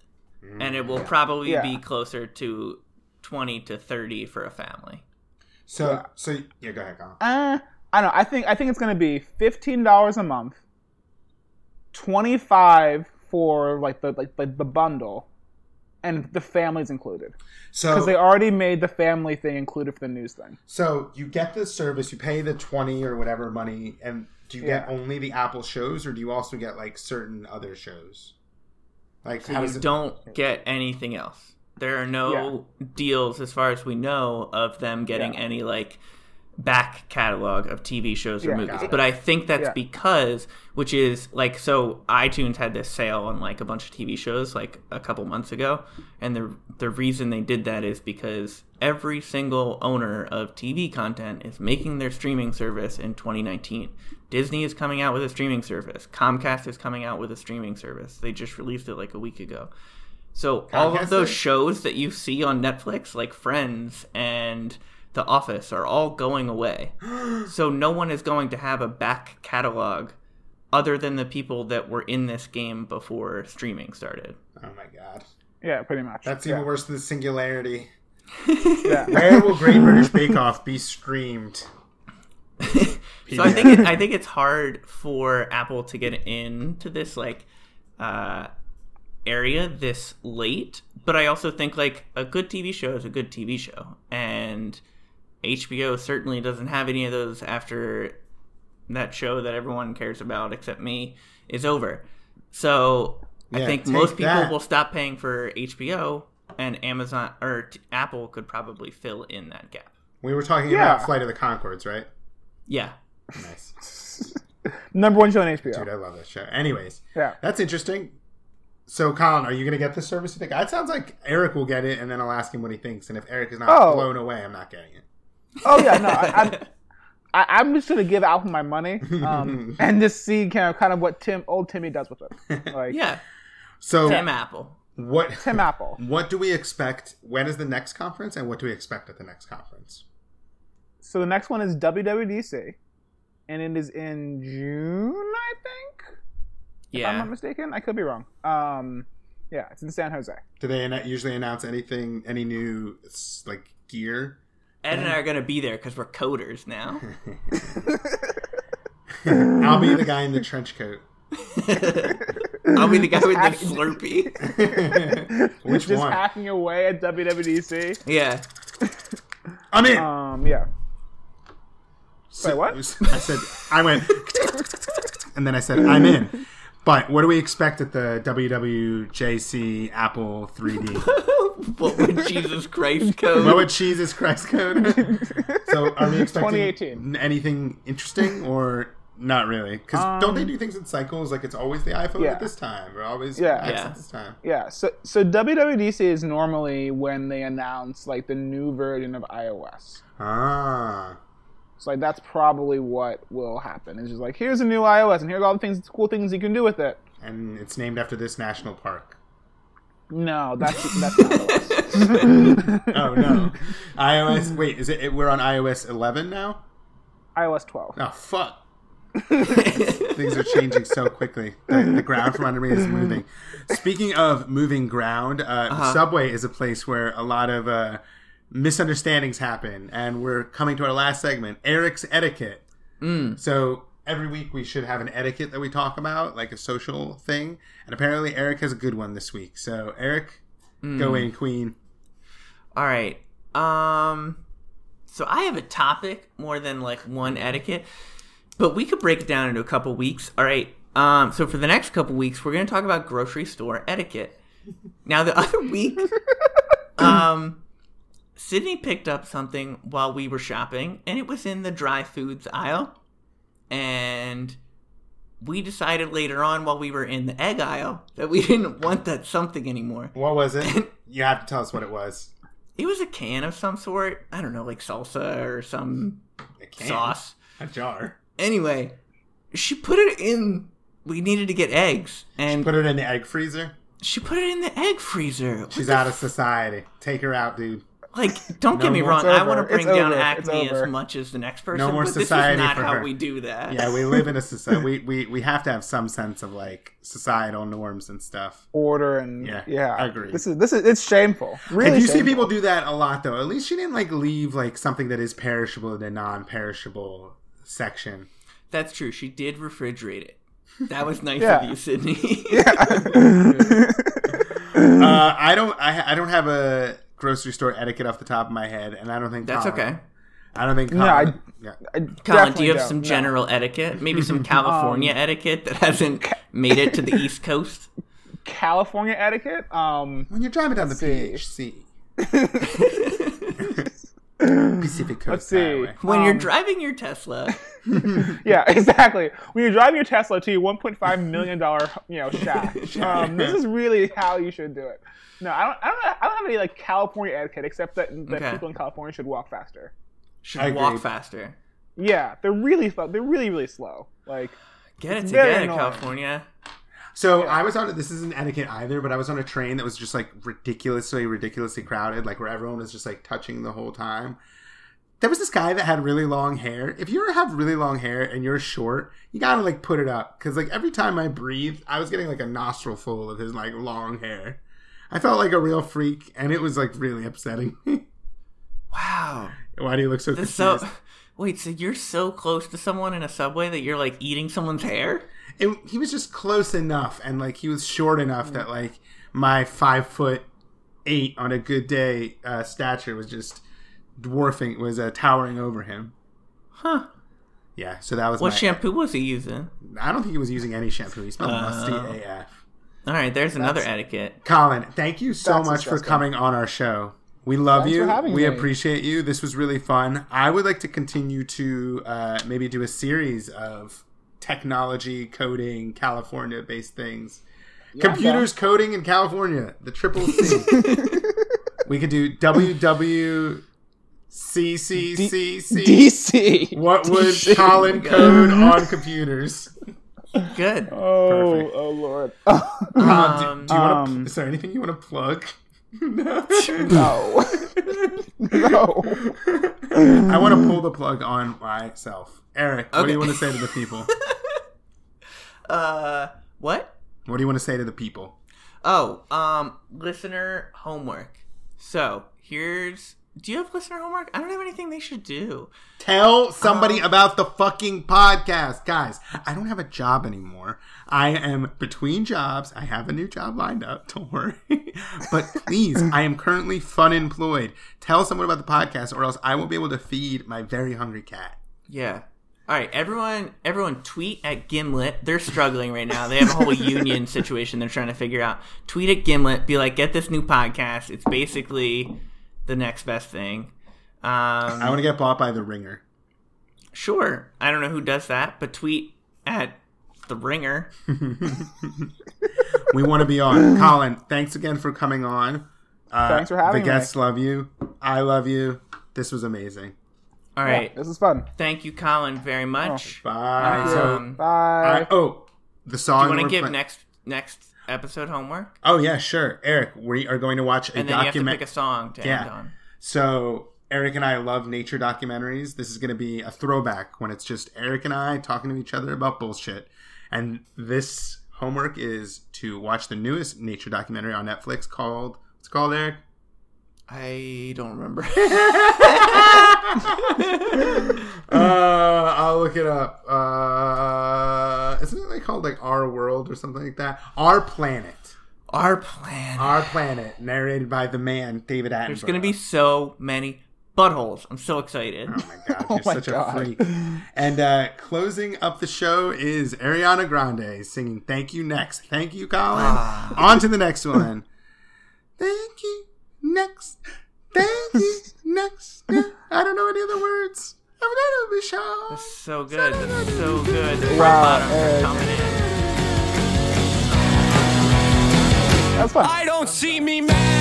[SPEAKER 3] and it
[SPEAKER 2] Mm,
[SPEAKER 3] will probably
[SPEAKER 4] Yeah.
[SPEAKER 3] be closer to twenty to thirty for a family.
[SPEAKER 2] so. So yeah, go ahead, Colin.
[SPEAKER 4] Uh, I don't know. I think I think it's gonna be fifteen dollars a month, twenty five for like the like the, the bundle, and the family's included
[SPEAKER 2] So
[SPEAKER 4] because they already made the family thing included for the news thing.
[SPEAKER 2] so you get the service, you pay the twenty or whatever money, and do you get
[SPEAKER 4] Yeah.
[SPEAKER 2] only the Apple shows, or do you also get like certain other shows? Like
[SPEAKER 3] So
[SPEAKER 2] how
[SPEAKER 3] you
[SPEAKER 2] does it?
[SPEAKER 3] don't get anything else. There are no deals, as far as we know, of them getting
[SPEAKER 4] Yeah.
[SPEAKER 3] any like back catalog of TV shows or
[SPEAKER 4] Yeah,
[SPEAKER 3] movies.
[SPEAKER 2] got it.
[SPEAKER 3] But I think that's
[SPEAKER 4] Yeah.
[SPEAKER 3] because, which is like, so iTunes had this sale on like a bunch of TV shows like a couple months ago, and the the reason they did that is because every single owner of TV content is making their streaming service in 2019. Disney is coming out with a streaming service. Comcast is coming out with a streaming service. They just released it like a week ago. So all of
[SPEAKER 2] Comcast
[SPEAKER 3] those
[SPEAKER 2] is?
[SPEAKER 3] shows that you see on Netflix, like Friends and The Office, are all going away. so no one is going to have a back catalog other than the people that were in this game before streaming started.
[SPEAKER 2] oh my god,
[SPEAKER 4] Yeah, pretty much.
[SPEAKER 2] that's
[SPEAKER 4] yeah.
[SPEAKER 2] even worse than Singularity.
[SPEAKER 4] yeah.
[SPEAKER 2] Where will Great British Bake Off be streamed?
[SPEAKER 3] So I think it, I think it's hard for Apple to get into this like uh, area this late. But I also think like a good TV show is a good TV show, and HBO certainly doesn't have any of those after that show that everyone cares about except me is over. So I
[SPEAKER 2] Yeah,
[SPEAKER 3] think
[SPEAKER 2] take
[SPEAKER 3] most people
[SPEAKER 2] that.
[SPEAKER 3] will stop paying for HBO, and Amazon or t- Apple could probably fill in that gap.
[SPEAKER 2] We were talking
[SPEAKER 4] Yeah.
[SPEAKER 2] about Flight of the Concords, right?
[SPEAKER 3] Yeah,
[SPEAKER 2] Nice.
[SPEAKER 4] Number one show on HBO.
[SPEAKER 2] Dude, I love that show. Anyways,
[SPEAKER 4] Yeah.
[SPEAKER 2] that's interesting. So, Colin, are you going to get this service? You think? It sounds like Eric will get it, and then I'll ask him what he thinks. And if Eric is not
[SPEAKER 4] Oh.
[SPEAKER 2] blown away, I'm not getting it.
[SPEAKER 4] Oh yeah, no, I, I'm, I, I'm just gonna give Apple my money um, and just see kind of kind of what Tim old Timmy does with it. Like
[SPEAKER 3] yeah.
[SPEAKER 2] So,
[SPEAKER 3] Tim Apple.
[SPEAKER 2] what?
[SPEAKER 4] Tim Apple.
[SPEAKER 2] What do we expect? When is the next conference, and what do we expect at the next conference?
[SPEAKER 4] So the next one is WWDC, and it is in June, I think. If I'm
[SPEAKER 3] Yeah,
[SPEAKER 4] not mistaken. I could be wrong. Um, yeah, it's in San Jose.
[SPEAKER 2] Do they anno- usually announce anything, any new s- like gear?
[SPEAKER 3] Ed and I are gonna be there because we're coders now.
[SPEAKER 2] I'll be the guy in the trench coat. *laughs*
[SPEAKER 3] I'll be the guy with the Slurpee.
[SPEAKER 2] Which
[SPEAKER 4] just
[SPEAKER 2] one?
[SPEAKER 4] hacking away at WWDC.
[SPEAKER 3] Yeah,
[SPEAKER 2] I'm in.
[SPEAKER 4] Um, yeah.
[SPEAKER 2] So-
[SPEAKER 4] Wait, what?
[SPEAKER 2] I said I went, *laughs* and then I said I'm in. But what do we expect at the WWJC Apple 3D?
[SPEAKER 3] what would Jesus Christ code?
[SPEAKER 2] what would Jesus Christ code?
[SPEAKER 4] *laughs*
[SPEAKER 2] so are we expecting
[SPEAKER 4] 2018.
[SPEAKER 2] anything interesting or not really? Because don't they
[SPEAKER 4] Um,
[SPEAKER 2] do things in cycles? Like it's always the iPhone
[SPEAKER 4] Yeah.
[SPEAKER 2] at this time, or always
[SPEAKER 4] Yeah.
[SPEAKER 2] X
[SPEAKER 3] Yeah.
[SPEAKER 2] at this time.
[SPEAKER 4] Yeah, so so WWDC is normally when they announce like the new version of iOS.
[SPEAKER 2] Ah,
[SPEAKER 4] So like that's probably what will happen. It's just like here's a new iOS and here's all the things cool things you can do with it.
[SPEAKER 2] and it's named after this national park.
[SPEAKER 4] No, that's that's not iOS.
[SPEAKER 3] *laughs*
[SPEAKER 2] Oh
[SPEAKER 4] *laughs*
[SPEAKER 2] no, iOS. Wait, is it? We're on iOS 11 now.
[SPEAKER 4] iOS 12.
[SPEAKER 2] Oh fuck. *laughs* Things are changing so quickly. The, the ground from under me is moving. Speaking of moving ground, uh, Subway is a place where a lot of uh, misunderstandings happen, and we're coming to our last segment, Eric's etiquette. Mm. So every week we should have an etiquette that we talk about, like a social thing, and apparently Eric has a good one this week. So Eric, go in, Queen.
[SPEAKER 3] All right. Um so I have a topic more than like one etiquette, but we could break it down into a couple weeks. All right. Um so for the next couple weeks, we're going to talk about grocery store etiquette. Now the other week um Sydney picked up something while we were shopping and it was in the dry foods aisle and we decided later on while we were in the egg aisle that we didn't want that something anymore.
[SPEAKER 2] What was *laughs* it? You have to tell us what it was.
[SPEAKER 3] It was a can of some sort. I don't know, like salsa or some
[SPEAKER 2] A can,
[SPEAKER 3] sauce.
[SPEAKER 2] a jar.
[SPEAKER 3] Anyway, she put it in. We needed to get eggs, and
[SPEAKER 2] Put it in the egg freezer.
[SPEAKER 3] she put it in the egg freezer.
[SPEAKER 2] She's out of society. Take her out, dude.
[SPEAKER 4] *laughs*
[SPEAKER 3] Like, don't get me
[SPEAKER 2] more.
[SPEAKER 3] wrong.
[SPEAKER 4] It's
[SPEAKER 3] I
[SPEAKER 4] over.
[SPEAKER 3] want to
[SPEAKER 4] It's
[SPEAKER 3] bring down
[SPEAKER 4] over. It's
[SPEAKER 3] acne
[SPEAKER 4] over.
[SPEAKER 3] as much as the next person.
[SPEAKER 2] more
[SPEAKER 3] but
[SPEAKER 2] society
[SPEAKER 3] This is not
[SPEAKER 2] for
[SPEAKER 3] how
[SPEAKER 2] her.
[SPEAKER 3] we do that.
[SPEAKER 2] Yeah, we live in a society. We, we we have to have some sense of like societal norms and stuff.
[SPEAKER 4] Order and
[SPEAKER 2] Yeah,
[SPEAKER 4] yeah,
[SPEAKER 2] I agree.
[SPEAKER 4] This is this is it's shameful. Really,
[SPEAKER 2] and you see
[SPEAKER 4] shameful.
[SPEAKER 2] people do that a lot, though. At least she didn't like leave like something that is perishable in the non-perishable section.
[SPEAKER 3] that's true. She did refrigerate it. That was nice
[SPEAKER 4] Yeah.
[SPEAKER 3] of you,
[SPEAKER 4] *laughs*
[SPEAKER 3] Sydney.
[SPEAKER 4] Hmm.
[SPEAKER 2] uh, I don't. I, I don't have a grocery store etiquette off the top of my head, and I don't think
[SPEAKER 3] *laughs* That's
[SPEAKER 2] Colin-
[SPEAKER 3] okay.
[SPEAKER 2] I don't think. Colin,
[SPEAKER 4] No, I-
[SPEAKER 2] yeah.
[SPEAKER 4] I
[SPEAKER 3] Colin, do
[SPEAKER 4] definitely
[SPEAKER 3] you have
[SPEAKER 4] don't.
[SPEAKER 3] some
[SPEAKER 4] No. Um,
[SPEAKER 3] general etiquette? Maybe
[SPEAKER 4] *laughs*
[SPEAKER 3] some California etiquette that hasn't made it to the East
[SPEAKER 4] *laughs*
[SPEAKER 3] Coast?
[SPEAKER 4] California etiquette? Um,
[SPEAKER 2] when you're driving down the
[SPEAKER 4] Let's
[SPEAKER 2] PHC,
[SPEAKER 4] *laughs*
[SPEAKER 2] Pacific Coast
[SPEAKER 4] Let's see.
[SPEAKER 2] Highway.
[SPEAKER 3] When you're
[SPEAKER 4] Um,
[SPEAKER 3] driving your Tesla,
[SPEAKER 4] Yeah, *laughs* exactly. When you're driving your Tesla to your 1.5 million dollar, you know, shack, um, this is really how you should do it. No, I don't. I don't. I don't have any like California etiquette except that, that
[SPEAKER 3] Okay.
[SPEAKER 4] people in California should walk faster.
[SPEAKER 3] should
[SPEAKER 2] I
[SPEAKER 3] walk
[SPEAKER 2] agree.
[SPEAKER 3] faster.
[SPEAKER 4] Yeah, they're really slow. They're really really slow. Like,
[SPEAKER 3] Get it
[SPEAKER 4] very
[SPEAKER 3] together,
[SPEAKER 4] annoying.
[SPEAKER 3] California.
[SPEAKER 2] So I was on. a- This isn't etiquette either, but I was on a train that was just like ridiculously, ridiculously crowded, like where everyone was just like touching the whole time. There was this guy that had really long hair. If you ever have really long hair and you're short, you gotta like put it up because like every time I breathed, I was getting like a nostril full of his like long hair. I felt like a real freak, and it was like really upsetting. *laughs*
[SPEAKER 3] Wow.
[SPEAKER 2] Why do you look so
[SPEAKER 3] The
[SPEAKER 2] confused?
[SPEAKER 3] so *laughs* wait, so you're so close to someone in a subway that you're like eating someone's hair?
[SPEAKER 2] it, he was just close enough and like he was short enough that like my five foot eight on a good day uh, stature was just dwarfing was uh, towering over him
[SPEAKER 3] Huh.
[SPEAKER 2] yeah so that was
[SPEAKER 3] What
[SPEAKER 2] my-
[SPEAKER 3] shampoo was he using? Oh.
[SPEAKER 2] i don't think he was using any shampoo he smelled musty af
[SPEAKER 3] All right, there's another etiquette.
[SPEAKER 2] Colin, thank you so
[SPEAKER 4] That's
[SPEAKER 2] much for
[SPEAKER 4] disgusting.
[SPEAKER 2] coming on our show. We love
[SPEAKER 4] Thanks
[SPEAKER 2] you.
[SPEAKER 4] for having
[SPEAKER 2] we
[SPEAKER 4] me.
[SPEAKER 2] appreciate you. This was really fun. I would like to continue to uh, maybe do a series of technology coding California based things. Computers coding in California, the triple
[SPEAKER 4] *laughs*
[SPEAKER 2] C. we could do WWCCCC.
[SPEAKER 4] DC.
[SPEAKER 2] What would Colin code on computers?
[SPEAKER 3] Good.
[SPEAKER 4] Oh,
[SPEAKER 2] Perfect.
[SPEAKER 4] oh lord. *laughs*
[SPEAKER 2] Colin, do,
[SPEAKER 3] Um,
[SPEAKER 2] do you wanna,
[SPEAKER 4] um,
[SPEAKER 2] is there anything you want to plug?
[SPEAKER 4] no. *laughs* no.
[SPEAKER 2] I want to pull the plug on myself. Eric, what do you want to say to the *laughs* people?
[SPEAKER 3] Uh, what?
[SPEAKER 2] what do you want to say to the people?
[SPEAKER 3] Oh, um, listener homework. So here's. Do you have listener homework? I don't have anything they should do.
[SPEAKER 2] Tell somebody about the fucking podcast, guys. I don't have a job anymore. I am between jobs. I have a new job lined up. *laughs* Don't worry. but please, I am currently fun employed. Tell someone about the podcast, or else I won't be able to feed my very hungry cat.
[SPEAKER 3] Yeah. All right, everyone, everyone, tweet at Gimlet. They're struggling right now. They have a whole union situation they're trying to figure out. Tweet at Gimlet. Be like, get this new podcast. It's basically the next best thing. Um,
[SPEAKER 2] I want to get bought by the ringer.
[SPEAKER 3] Sure. I don't know who does that, but tweet at the ringer.
[SPEAKER 2] We want to be *laughs* on. Colin, thanks again for coming on. Uh,
[SPEAKER 4] Thanks for having
[SPEAKER 2] The
[SPEAKER 4] me.
[SPEAKER 2] guests love you. I love you. This was amazing.
[SPEAKER 3] All right.
[SPEAKER 4] This is fun.
[SPEAKER 3] Thank you, Colin,
[SPEAKER 2] Oh,
[SPEAKER 3] very much.
[SPEAKER 2] Bye.
[SPEAKER 3] Um,
[SPEAKER 2] so,
[SPEAKER 4] Bye.
[SPEAKER 2] I, oh, the song.
[SPEAKER 3] you want
[SPEAKER 2] we're
[SPEAKER 3] to give
[SPEAKER 2] play-
[SPEAKER 3] next next episode homework,
[SPEAKER 2] Oh yeah, sure, Eric. We are going to watch a
[SPEAKER 3] and then you have to
[SPEAKER 2] document.
[SPEAKER 3] pick a song to
[SPEAKER 2] Yeah.
[SPEAKER 3] end on.
[SPEAKER 2] so Eric and I love nature documentaries. This is going to be a throwback when it's just Eric and I talking to each other about bullshit. And this homework is to watch the newest nature documentary on Netflix called. It's called Eric.
[SPEAKER 3] I don't remember.
[SPEAKER 2] *laughs* uh, I'll look it up. Uh, isn't it like called like Our World or something like that? Our Planet.
[SPEAKER 3] *laughs* Our plan.
[SPEAKER 2] Our Planet, narrated by the man David Attenborough.
[SPEAKER 3] There's gonna be so many buttholes. I'm so excited.
[SPEAKER 2] Oh my god, you're
[SPEAKER 4] my
[SPEAKER 2] such
[SPEAKER 4] God.
[SPEAKER 2] a freak. And uh, closing up the show is Ariana Grande singing "Thank You" next. Thank you, Colin. On to the next one. *laughs* Thank you next. Thank you next. I don't know any other words. I'm gonna be shy.
[SPEAKER 3] That's so good. That's so good. The front
[SPEAKER 4] Wow,
[SPEAKER 3] bottoms are
[SPEAKER 4] Ed.
[SPEAKER 3] coming in.
[SPEAKER 4] That was fun.
[SPEAKER 5] I don't see me mad.